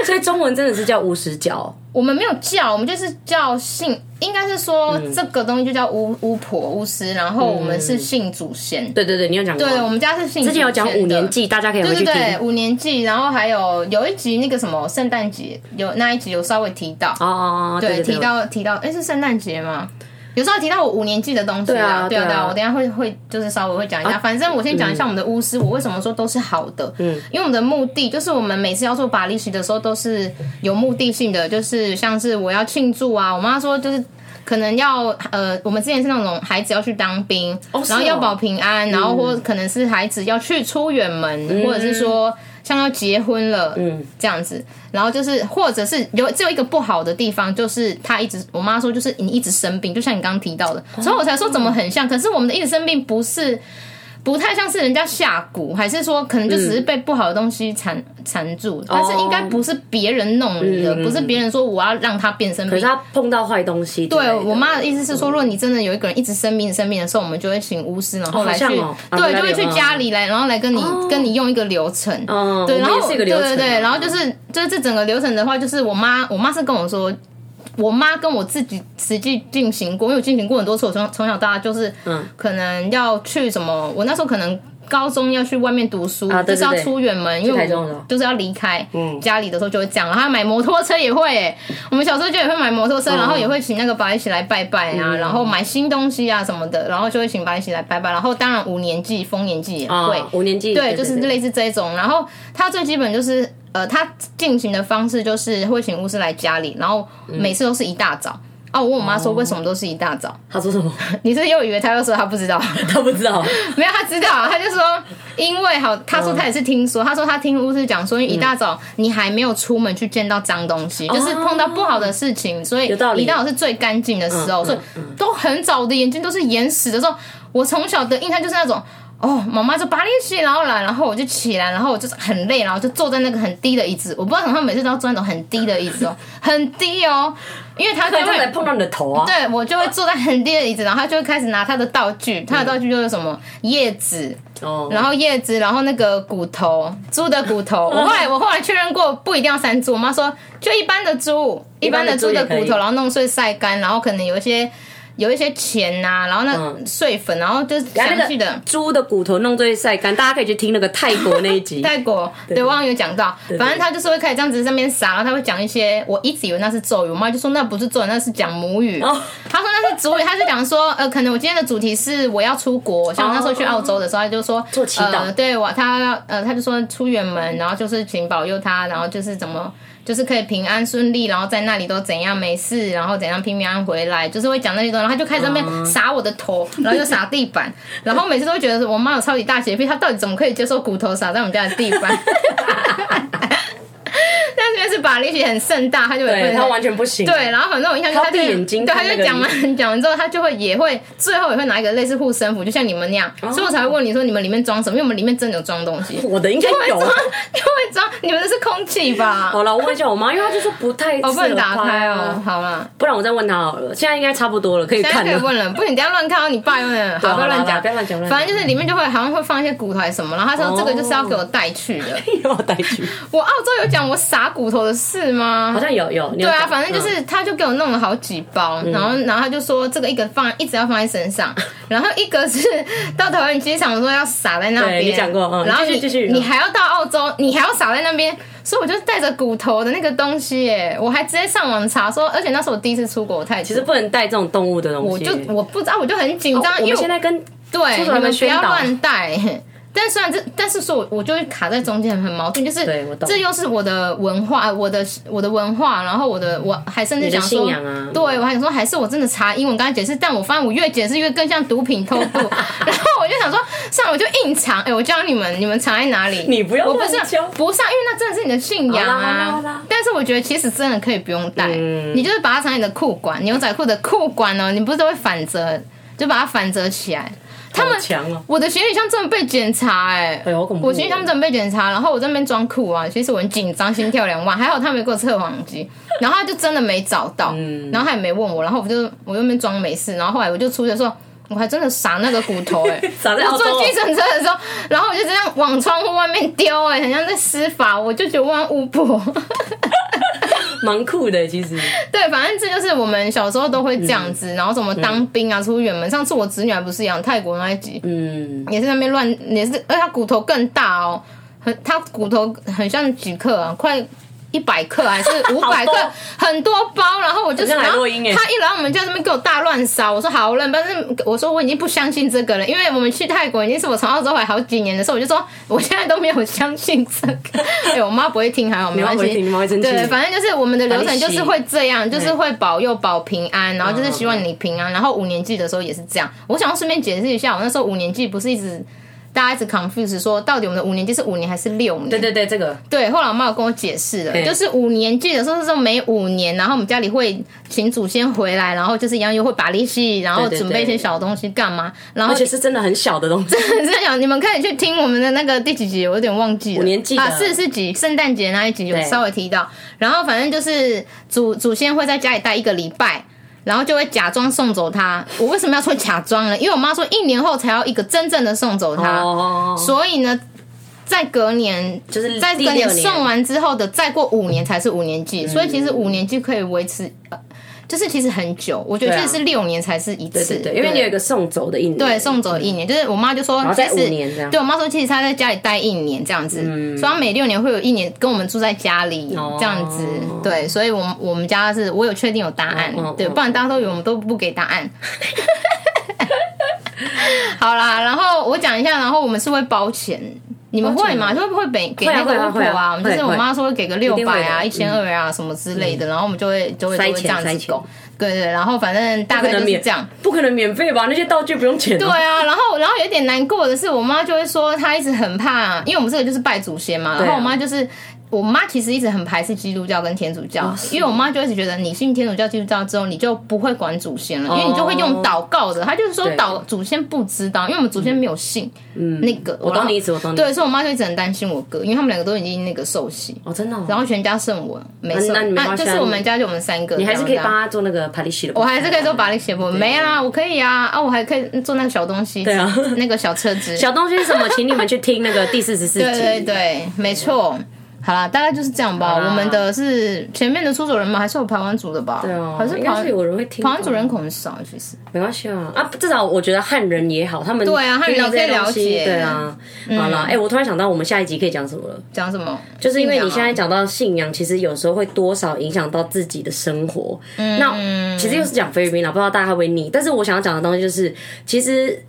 Speaker 1: 所以中文真的是叫巫师教，
Speaker 2: 我们没有叫，我们就是叫信，应该是说
Speaker 1: 嗯
Speaker 2: 这个东西就叫巫巫婆、巫师，然后我们是信祖先。
Speaker 1: 对对对，你有讲过。
Speaker 2: 对，我们家是信祖先
Speaker 1: 嗯
Speaker 2: 的。
Speaker 1: 之前有讲五年级，大家可以回
Speaker 2: 对
Speaker 1: 去
Speaker 2: 对
Speaker 1: 听。
Speaker 2: 对，五年级，然后还有有一集那个什么圣诞节，有那一集有稍微提到，
Speaker 1: 哦哦，哦对对对
Speaker 2: 提到提到，哎，是圣诞节吗？有时候提到我五年级的东西啦，
Speaker 1: 对
Speaker 2: 啊，
Speaker 1: 啊
Speaker 2: 对
Speaker 1: 对啊
Speaker 2: 我等一下会会就是稍微会讲一下。反正我先讲一下我们的巫师，我为什么说都是好的，嗯，因为我们的目的就是我们每次要做把利息的时候都是有目的性的，就是像是我要庆祝啊，我妈说就是。可能要呃，我们之前是那种孩子要去当兵，
Speaker 1: 哦
Speaker 2: 然后要保平安，然后
Speaker 1: 嗯
Speaker 2: 或可能是孩子要去出远门，或者是说像要结婚了，嗯，这样子，然后就是或者是有只有一个不好的地方，就是他一直我妈说就是你一直生病，就像你刚刚提到的，所以我才说怎么很像，可是我们的一直生病不是。不太像是人家下蛊，还是说可能就只
Speaker 1: 嗯
Speaker 2: 是被不好的东西缠缠住，但
Speaker 1: 哦
Speaker 2: 是应该不是别人弄你的，不是别人说我要让他变生
Speaker 1: 嗯可
Speaker 2: 病
Speaker 1: 是，他碰到坏东西之类的，
Speaker 2: 对我妈的意思是说，如果你真的有一个人一直生病生病的时候，我们就会请巫师，然后来去、
Speaker 1: 好像哦啊
Speaker 2: 对，
Speaker 1: 不
Speaker 2: 就会
Speaker 1: 然
Speaker 2: 去
Speaker 1: 有
Speaker 2: 家里来，然后来跟你、
Speaker 1: 哦
Speaker 2: 跟你用一个流程。
Speaker 1: 嗯，
Speaker 2: 对，
Speaker 1: 我
Speaker 2: 然
Speaker 1: 们
Speaker 2: 后
Speaker 1: 也是一个流程啊，
Speaker 2: 对对对，然后就是就是这整个流程的话，就是我妈我妈是跟我说，我妈跟我自己实际进行过，因为我进行过很多次，我从从小到大就是，
Speaker 1: 嗯
Speaker 2: 可能要去什么，我那时候可能。高中要去外面读书，
Speaker 1: 啊对对
Speaker 2: 就是要
Speaker 1: 对
Speaker 2: 出远门，因
Speaker 1: 台
Speaker 2: 为
Speaker 1: 中嗯
Speaker 2: 我
Speaker 1: 了
Speaker 2: 就是要离开家里的时候就会这样。然后还买摩托车也会、欸，我们小时候就也会买摩托
Speaker 1: 嗯
Speaker 2: 车，然后也会请那个爸一起来拜拜啊，然后买新东西啊什么的，然后就会请爸一起来拜拜。然后当然五年级、丰年祭也
Speaker 1: 啊
Speaker 2: 会，
Speaker 1: 五年级，
Speaker 2: 对，就是类似这种。然后他最基本就是，呃，他进行的方式就是会请巫师来家里，然后每次都是一大早。啊，我问我妈说为什么都是一大早？
Speaker 1: 他说什么？
Speaker 2: 你是又以为她又说她不知道？
Speaker 1: 他不知 道，
Speaker 2: 没有，她知道啊，她就说因为好，她说她也是听说，她说她听巫师讲说，因为一大
Speaker 1: 嗯
Speaker 2: 早你还没有出门去见到脏东西，就是碰到不好的事情，所以
Speaker 1: 哦有道理嗯
Speaker 2: 一大早是最干净的时候，所以都很早我的眼睛都是眼屎的时候。我从小的印象就是那种。哦，妈妈就把你洗，然后来，然后我就起来，然后我就是很累，然后就坐在那个很低的椅子。我不知道为什么他们每次都要坐那种很低的椅子哦，很低哦，因为他就
Speaker 1: 他
Speaker 2: 会
Speaker 1: 才碰到你的头啊！
Speaker 2: 对我就会坐在很低的椅子，然后他就会开始拿他的道具，他的道具就是什么叶子，
Speaker 1: 哦，
Speaker 2: 然后叶子，然后那个骨头，猪的骨 头。我后来我后来确认过，不一定要山猪。我妈说，就一般的猪，一般的猪的
Speaker 1: 一般的猪
Speaker 2: 骨
Speaker 1: 也可
Speaker 2: 头，
Speaker 1: 以
Speaker 2: 然后弄碎晒干，然后可能有一些。有一些钱呐、然
Speaker 1: 嗯
Speaker 2: 后那碎粉，然后就是详细的。
Speaker 1: 猪的骨头弄最晒干，大家可以去听那个泰国那一集。
Speaker 2: 泰国，对，我忘了有讲到，反正他就是会开始这样子上面撒，然后他会讲一些，我一直以为那是咒语，我妈就说那不是咒语，那是讲母语。
Speaker 1: 哦
Speaker 2: 他说那是主语，他是讲说，呃，可能我今天的主题是我要出国，像我那时候去澳洲的时候，他就说
Speaker 1: 做祈祷
Speaker 2: 呃，对我他要呃，他就说出远门，然后就是请保佑他，然后就是怎么。就是可以平安顺利，然后在那里都怎样没事，然后怎样平平安回来，就是会讲那些东西，然后他就开始在那边撒我的头，然后又撒地板， 然后每次都会觉得我妈有超级大洁癖，她到底怎么可以接受骨头撒在我们家的地板？ 但是因为是把力气很盛大，他就
Speaker 1: 对
Speaker 2: 会
Speaker 1: 他完全不行。
Speaker 2: 对，然后反正我印象就是
Speaker 1: 他闭
Speaker 2: 就
Speaker 1: 眼睛
Speaker 2: 对，他
Speaker 1: 看那
Speaker 2: 就
Speaker 1: 个
Speaker 2: 讲完 讲完之后，他就会也会最后也会拿一个类似护身符，就像你们那样，
Speaker 1: 哦
Speaker 2: 所以我才会问你说你们里面装什么，因为我们里面真的有装东西，
Speaker 1: 我的应该
Speaker 2: 就会
Speaker 1: 有 哦
Speaker 2: 装，。就会装，你们这是空气吧？
Speaker 1: 好了，我问一下我妈，因为她就说不太
Speaker 2: 哦，
Speaker 1: 适
Speaker 2: 不
Speaker 1: 合
Speaker 2: 能打开哦
Speaker 1: 啊，，
Speaker 2: 好啦，
Speaker 1: 不然我再问她好了。现在应该差不多了，可以
Speaker 2: 现在
Speaker 1: 看
Speaker 2: 可以
Speaker 1: 了。
Speaker 2: 问了，不行，等一下乱看到哦你爸用的，
Speaker 1: 对啊
Speaker 2: 好，不要
Speaker 1: 好啦
Speaker 2: 乱
Speaker 1: 好啦
Speaker 2: 讲，
Speaker 1: 不要乱讲乱讲哦
Speaker 2: 反正就是里面就会好像会放一些骨头还是什么，然后他说这个就是要给我带去的。
Speaker 1: 又 要带去，
Speaker 2: 我澳洲有讲我撒骨头的事吗？
Speaker 1: 好像有有。嗯对
Speaker 2: 对啊，反正就是他就给我弄了好几包，然后然后他就说这个一个放一直要放在身 上，然后一个是到台湾机场说要撒在那边，
Speaker 1: 对你讲过嗯
Speaker 2: 然后你
Speaker 1: 继续继续
Speaker 2: 你还要到澳洲，你还要撒在那边。所以我就带着骨头的那个东西耶，我还直接上网查说，而且那是我第一次出国，我太
Speaker 1: 其
Speaker 2: 其
Speaker 1: 实不能带这种动物的东
Speaker 2: 我
Speaker 1: 西。
Speaker 2: 就我不知道，我就很紧张，
Speaker 1: 我
Speaker 2: 因为
Speaker 1: 们
Speaker 2: 我
Speaker 1: 现在跟
Speaker 2: 对，
Speaker 1: 出
Speaker 2: 你
Speaker 1: 国还没
Speaker 2: 们不
Speaker 1: 宣
Speaker 2: 要
Speaker 1: 导
Speaker 2: 乱带。但虽然这，但是说我我就会卡在中间，很矛盾，就是
Speaker 1: 对我懂
Speaker 2: 这又是我的文化，我的我的文化，然后我的我还甚至
Speaker 1: 你的
Speaker 2: 想说，
Speaker 1: 信仰啊
Speaker 2: 对我还想说，还是我真的查英文跟他解释，但我发现我越解释越更像毒品偷 渡，然后我就想说，算了，我就硬藏，哎、我教你们，你们藏在哪里？
Speaker 1: 你不要
Speaker 2: 我不是
Speaker 1: 乱教
Speaker 2: 不是啊，因为那真的是你的信仰
Speaker 1: 好啦好啦
Speaker 2: 啊
Speaker 1: 好啦。嗯
Speaker 2: 但是我觉得其实真的可以不用带，你就是把它藏在你的裤管，牛仔裤的裤管哦，你不是都会反折，就把它反折起来。他们
Speaker 1: 好强哦
Speaker 2: 我的行李箱真的被检查哎、
Speaker 1: 哎呦好恐怖哦，
Speaker 2: 我行李箱真的被检查，然后我在那边装酷啊，其实我很紧张，心跳两万，还好他没给我测谎机，然后他就真的没找到，然后他也没问我，然后我就我就在那边装没事，然后后来我就出去的时候。我还真的撒那个骨头哎、欸
Speaker 1: 撒在澳
Speaker 2: 我
Speaker 1: 洲哦
Speaker 2: 坐计程车的时候，然后我就这样往窗户外面丢哎、欸，很像在施法，我就觉得我像巫婆。
Speaker 1: 蛮酷的，其实
Speaker 2: 对，反正这就是我们小时候都会这样子，
Speaker 1: 嗯
Speaker 2: 然后什么当兵啊、出远门。上次我侄女还不是一样，泰国那一集，
Speaker 1: 嗯，
Speaker 2: 也是那边乱，也是，而且她骨头更大哦，很，她骨头很像几克啊，快。一百克 还是五百
Speaker 1: 好
Speaker 2: 克
Speaker 1: 多，
Speaker 2: 很多包，然后我就
Speaker 1: 好像
Speaker 2: 然后
Speaker 1: 海洛因欸
Speaker 2: 他一来我们家这边给我大乱烧，我说好冷，但是我说我已经不相信这个了，因为我们去泰国已经是我从澳洲回来好几年的时候，我就说 我现在都没有相信这个，哎、我妈不会听，还好没
Speaker 1: 你妈
Speaker 2: 关
Speaker 1: 不会听，你
Speaker 2: 系
Speaker 1: 妈，会生气。
Speaker 2: 对，反正就是我们的流程就是会这样，就是会保佑保平安，然后
Speaker 1: 嗯
Speaker 2: 就是希望你平安。然后五年级的时候也是这样。我想要顺便解释一下，我那时候五年级不是一直大家一直 confuse 说到底我们的五年级是五年还是六年？
Speaker 1: 对对对，这个
Speaker 2: 对，后来我妈有跟我解释了，就是五年级的时候是说每五年，然后我们家里会请祖先回来，然后就是一样又会把利息，然后
Speaker 1: 对对对
Speaker 2: 准备一些小东西干嘛，然后
Speaker 1: 而且是真的很小的 东西，
Speaker 2: 这样，你们可以去听我们的那个第几集，我有点忘记了。
Speaker 1: 五年级的
Speaker 2: 啊，四十四集圣诞节那一集有稍微提到。然后反正就是祖祖先会在家里待一个礼拜，然后就会假装送走他。我为什么要说假装呢？因为我妈说一年后才要一个真正的送走他，
Speaker 1: 哦，
Speaker 2: 所以呢，在隔年
Speaker 1: 就是
Speaker 2: 在
Speaker 1: 第
Speaker 2: 隔
Speaker 1: 六
Speaker 2: 年送啊完之后的，再过五年才是五年级，
Speaker 1: 嗯
Speaker 2: 所以其实五年级可以维持，呃就是其实很久。我觉得
Speaker 1: 对啊
Speaker 2: 这是六年才是一
Speaker 1: 对
Speaker 2: 次，
Speaker 1: 对对，因为你有一个送走的印年，
Speaker 2: 对，送走一年，就是我妈就说，
Speaker 1: 后
Speaker 2: 其
Speaker 1: 再
Speaker 2: 实
Speaker 1: 五年这样嗯
Speaker 2: 对我妈说，其实她在家里待一年这样子，所以她每六年会有一年跟我们住在家里、
Speaker 1: 哦
Speaker 2: 这样子。对，所以我们我们家是我有确定有答案，
Speaker 1: 嗯嗯
Speaker 2: 对，
Speaker 1: 嗯
Speaker 2: 不然大家都以为我们都不给答案。 好啦，然后我讲一下，然后我们是会包钱，你们会吗？会不会给给
Speaker 1: 会啊
Speaker 2: 那个
Speaker 1: 会啊
Speaker 2: 巫婆
Speaker 1: 会啊
Speaker 2: 我们就是
Speaker 1: 会
Speaker 2: 我妈说会给个六百啊、一
Speaker 1: 一
Speaker 2: 千二啊什么之类的，然后我们就会就会
Speaker 1: 嗯
Speaker 2: 就
Speaker 1: 塞
Speaker 2: 会
Speaker 1: 钱
Speaker 2: 这样
Speaker 1: 塞
Speaker 2: 子
Speaker 1: 钱
Speaker 2: 搞。对对，然后反正大
Speaker 1: 不
Speaker 2: 概
Speaker 1: 可
Speaker 2: 就
Speaker 1: 能
Speaker 2: 是
Speaker 1: 免
Speaker 2: 这样。，
Speaker 1: 不可能免费吧？那些道具不用钱哦，
Speaker 2: 对啊，然后然后有点难过的是，我妈就会说她一直很怕，因为我们这个就是拜祖先
Speaker 1: 啊
Speaker 2: 嘛，然后我妈就是。我妈其实一直很排斥基督教跟天主教，因为我妈就一直觉得你信天主教、基督教之后，你就不会管祖先
Speaker 1: 哦
Speaker 2: 了，因为你就会用祷告的。她就是说祷祖先不知道，因为我们祖先没有信那个。我
Speaker 1: 嗯我懂你意思，我懂你意思。
Speaker 2: 对，所以我妈就一直很担心我哥，因为他们两个都已经那个受洗，
Speaker 1: 哦，真的哦，
Speaker 2: 然后全家剩我没
Speaker 1: 那
Speaker 2: 剩
Speaker 1: 那你，没
Speaker 2: 啊
Speaker 1: 关系
Speaker 2: 就
Speaker 1: 啊
Speaker 2: 是我们
Speaker 1: 你
Speaker 2: 家就我们三个这样子啊，你
Speaker 1: 还是可以帮他做那个帕利西的部
Speaker 2: 我
Speaker 1: 分，
Speaker 2: 还是可以做把力斜坡，没啊，我可以啊，啊，我还可以做那个小东西，对
Speaker 1: 啊
Speaker 2: 那个小车子，
Speaker 1: 小东西是什么？请你们去听那个第四十四集。
Speaker 2: 对对对，没错。好啦，大概就是这样吧。
Speaker 1: 好啦
Speaker 2: 我们的是前面的出走人嘛，还是有台湾族的吧？对
Speaker 1: 哦
Speaker 2: 还是
Speaker 1: 应
Speaker 2: 台
Speaker 1: 该
Speaker 2: 湾
Speaker 1: 是有人会听吧。
Speaker 2: 台湾族人口很少，其实。
Speaker 1: 没关系啊啊！至少我觉得汉人也好，他们
Speaker 2: 对啊汉人
Speaker 1: 遇到这些
Speaker 2: 可以了
Speaker 1: 东西
Speaker 2: 解嗯
Speaker 1: 对啊。好了，哎、我突然想到，我们下一集可以讲什么了？
Speaker 2: 讲什么？
Speaker 1: 就是因为你
Speaker 2: 信仰啊
Speaker 1: 现在讲到信仰，其实有时候会多少影响到自己的生活。
Speaker 2: 嗯
Speaker 1: 那其实又是讲菲律宾啦，不知道大家会不会腻？但是我想要讲的东西就是，其实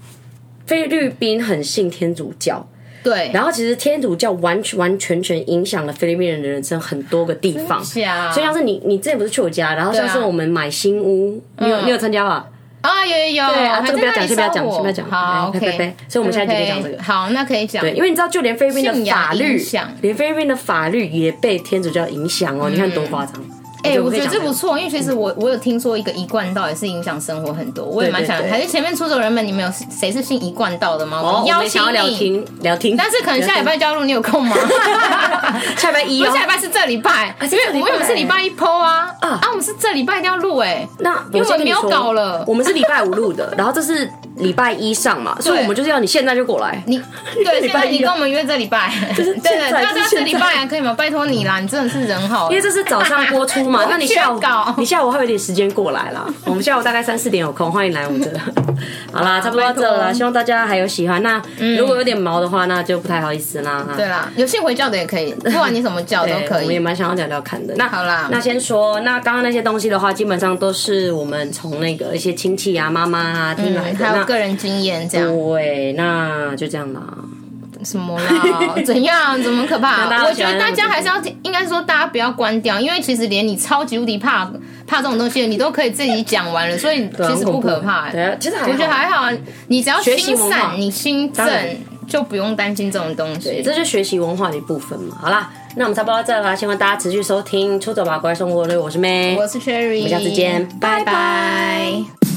Speaker 1: 菲律宾很信天主教，
Speaker 2: 哎对，
Speaker 1: 然后其实天主教完全完全全影响了菲律宾人的人生很多个地方。
Speaker 2: 是啊，
Speaker 1: 所以像是你，你之前不是去我家，然后像是
Speaker 2: 对啊嗯
Speaker 1: 我们买新屋，你有你有参加吧？
Speaker 2: 啊有有有，
Speaker 1: 啊，
Speaker 2: 还
Speaker 1: 这个
Speaker 2: 在
Speaker 1: 不要讲，先
Speaker 2: 那里
Speaker 1: 不要
Speaker 2: 烧
Speaker 1: 讲，
Speaker 2: 火
Speaker 1: 先不要讲。
Speaker 2: 好
Speaker 1: 拜拜拜
Speaker 2: ，OK
Speaker 1: 拜。。所以我们下一集就讲这个。
Speaker 2: 好，那可以讲。
Speaker 1: 对，因为你知道，就连菲律宾的
Speaker 2: 信仰
Speaker 1: 法律
Speaker 2: 影响，嗯
Speaker 1: 连菲律宾的法律也被天主教影响哦。你看多夸张！
Speaker 2: 哎、
Speaker 1: 我
Speaker 2: 我
Speaker 1: 可以
Speaker 2: 觉得
Speaker 1: 讲
Speaker 2: 这不错，因为其实我我有听说一个一贯道也是影响生活很多，我也蛮想
Speaker 1: 对对对
Speaker 2: 还是前面出走人们，你们有谁是信一贯道的吗？
Speaker 1: 哦，我
Speaker 2: 邀
Speaker 1: 们
Speaker 2: 请
Speaker 1: 想要聊
Speaker 2: 你，
Speaker 1: 听聊听，
Speaker 2: 但是可能下礼
Speaker 1: 拜
Speaker 2: 拜就要录，你有空吗？
Speaker 1: 下礼拜一
Speaker 2: 不
Speaker 1: 哦啊
Speaker 2: 是。下礼拜是这礼拜，
Speaker 1: 是这礼拜
Speaker 2: 因为我们是礼拜一剖啊啊，我们是这礼拜一定要录哎、
Speaker 1: 那我
Speaker 2: 因为我
Speaker 1: 先跟
Speaker 2: 们没
Speaker 1: 你
Speaker 2: 有
Speaker 1: 说
Speaker 2: 搞了
Speaker 1: 我们是礼拜五录的，然后这是礼拜一上嘛，所以
Speaker 2: 对
Speaker 1: 我们就是要你现在就过来。
Speaker 2: 你对，
Speaker 1: 礼
Speaker 2: 现
Speaker 1: 拜
Speaker 2: 在
Speaker 1: 一啊
Speaker 2: 你跟我们约这礼拜，对
Speaker 1: 是
Speaker 2: 对，对
Speaker 1: 现在
Speaker 2: 大
Speaker 1: 就
Speaker 2: 家
Speaker 1: 是
Speaker 2: 这礼拜啊，可以吗？拜托你啦，你真的是人好，
Speaker 1: 因为这是早上播出 嘛
Speaker 2: 我，
Speaker 1: 那你下午
Speaker 2: 劝告
Speaker 1: 你下午还有点时间过来啦。我们下午大概三四点有空，欢迎来我们这。 好啦，差不多到这
Speaker 2: 拜
Speaker 1: 了，
Speaker 2: 托嗯
Speaker 1: 希望大家还有喜欢。那如果有点毛的话，那就不太好意思啦。
Speaker 2: 对啦，有信回教的也可以，不管你什么教都
Speaker 1: 对
Speaker 2: 可
Speaker 1: 我们也
Speaker 2: 以。
Speaker 1: 蛮想要聊聊看的。那
Speaker 2: 好啦
Speaker 1: 那先说，那刚刚那些东西的话，基本上都是我们从那个一些亲戚啊、妈妈啊听来
Speaker 2: 嗯，
Speaker 1: 的。
Speaker 2: 还有
Speaker 1: 那
Speaker 2: 个人经验这样。
Speaker 1: 对，那就这样啦。
Speaker 2: 什 么啦？怎样？怎么可
Speaker 1: 那大
Speaker 2: 怕？
Speaker 1: 家
Speaker 2: 我觉得大
Speaker 1: 喜
Speaker 2: 家
Speaker 1: 欢
Speaker 2: 还是要听，应该说大家不要关掉，因为其实连你超级无敌怕怕这种东西，你都可以自己讲完了，所以
Speaker 1: 啊
Speaker 2: 其实不可怕、
Speaker 1: 很恐怖
Speaker 2: 欸
Speaker 1: 对啊其实还好
Speaker 2: 我觉得还好啊，你只要
Speaker 1: 学习
Speaker 2: 心
Speaker 1: 文化
Speaker 2: 散，你心正
Speaker 1: 当然，
Speaker 2: 就不用担心这种东
Speaker 1: 对，
Speaker 2: 西。
Speaker 1: 这就是学习文化的一部分嘛。好啦，那我们差不多到这啦，希望大家持续收听《出走吧，国外生活略》，我是 May，
Speaker 2: 我是 Cherry，
Speaker 1: 们
Speaker 2: 我
Speaker 1: 下次见拜拜
Speaker 2: 拜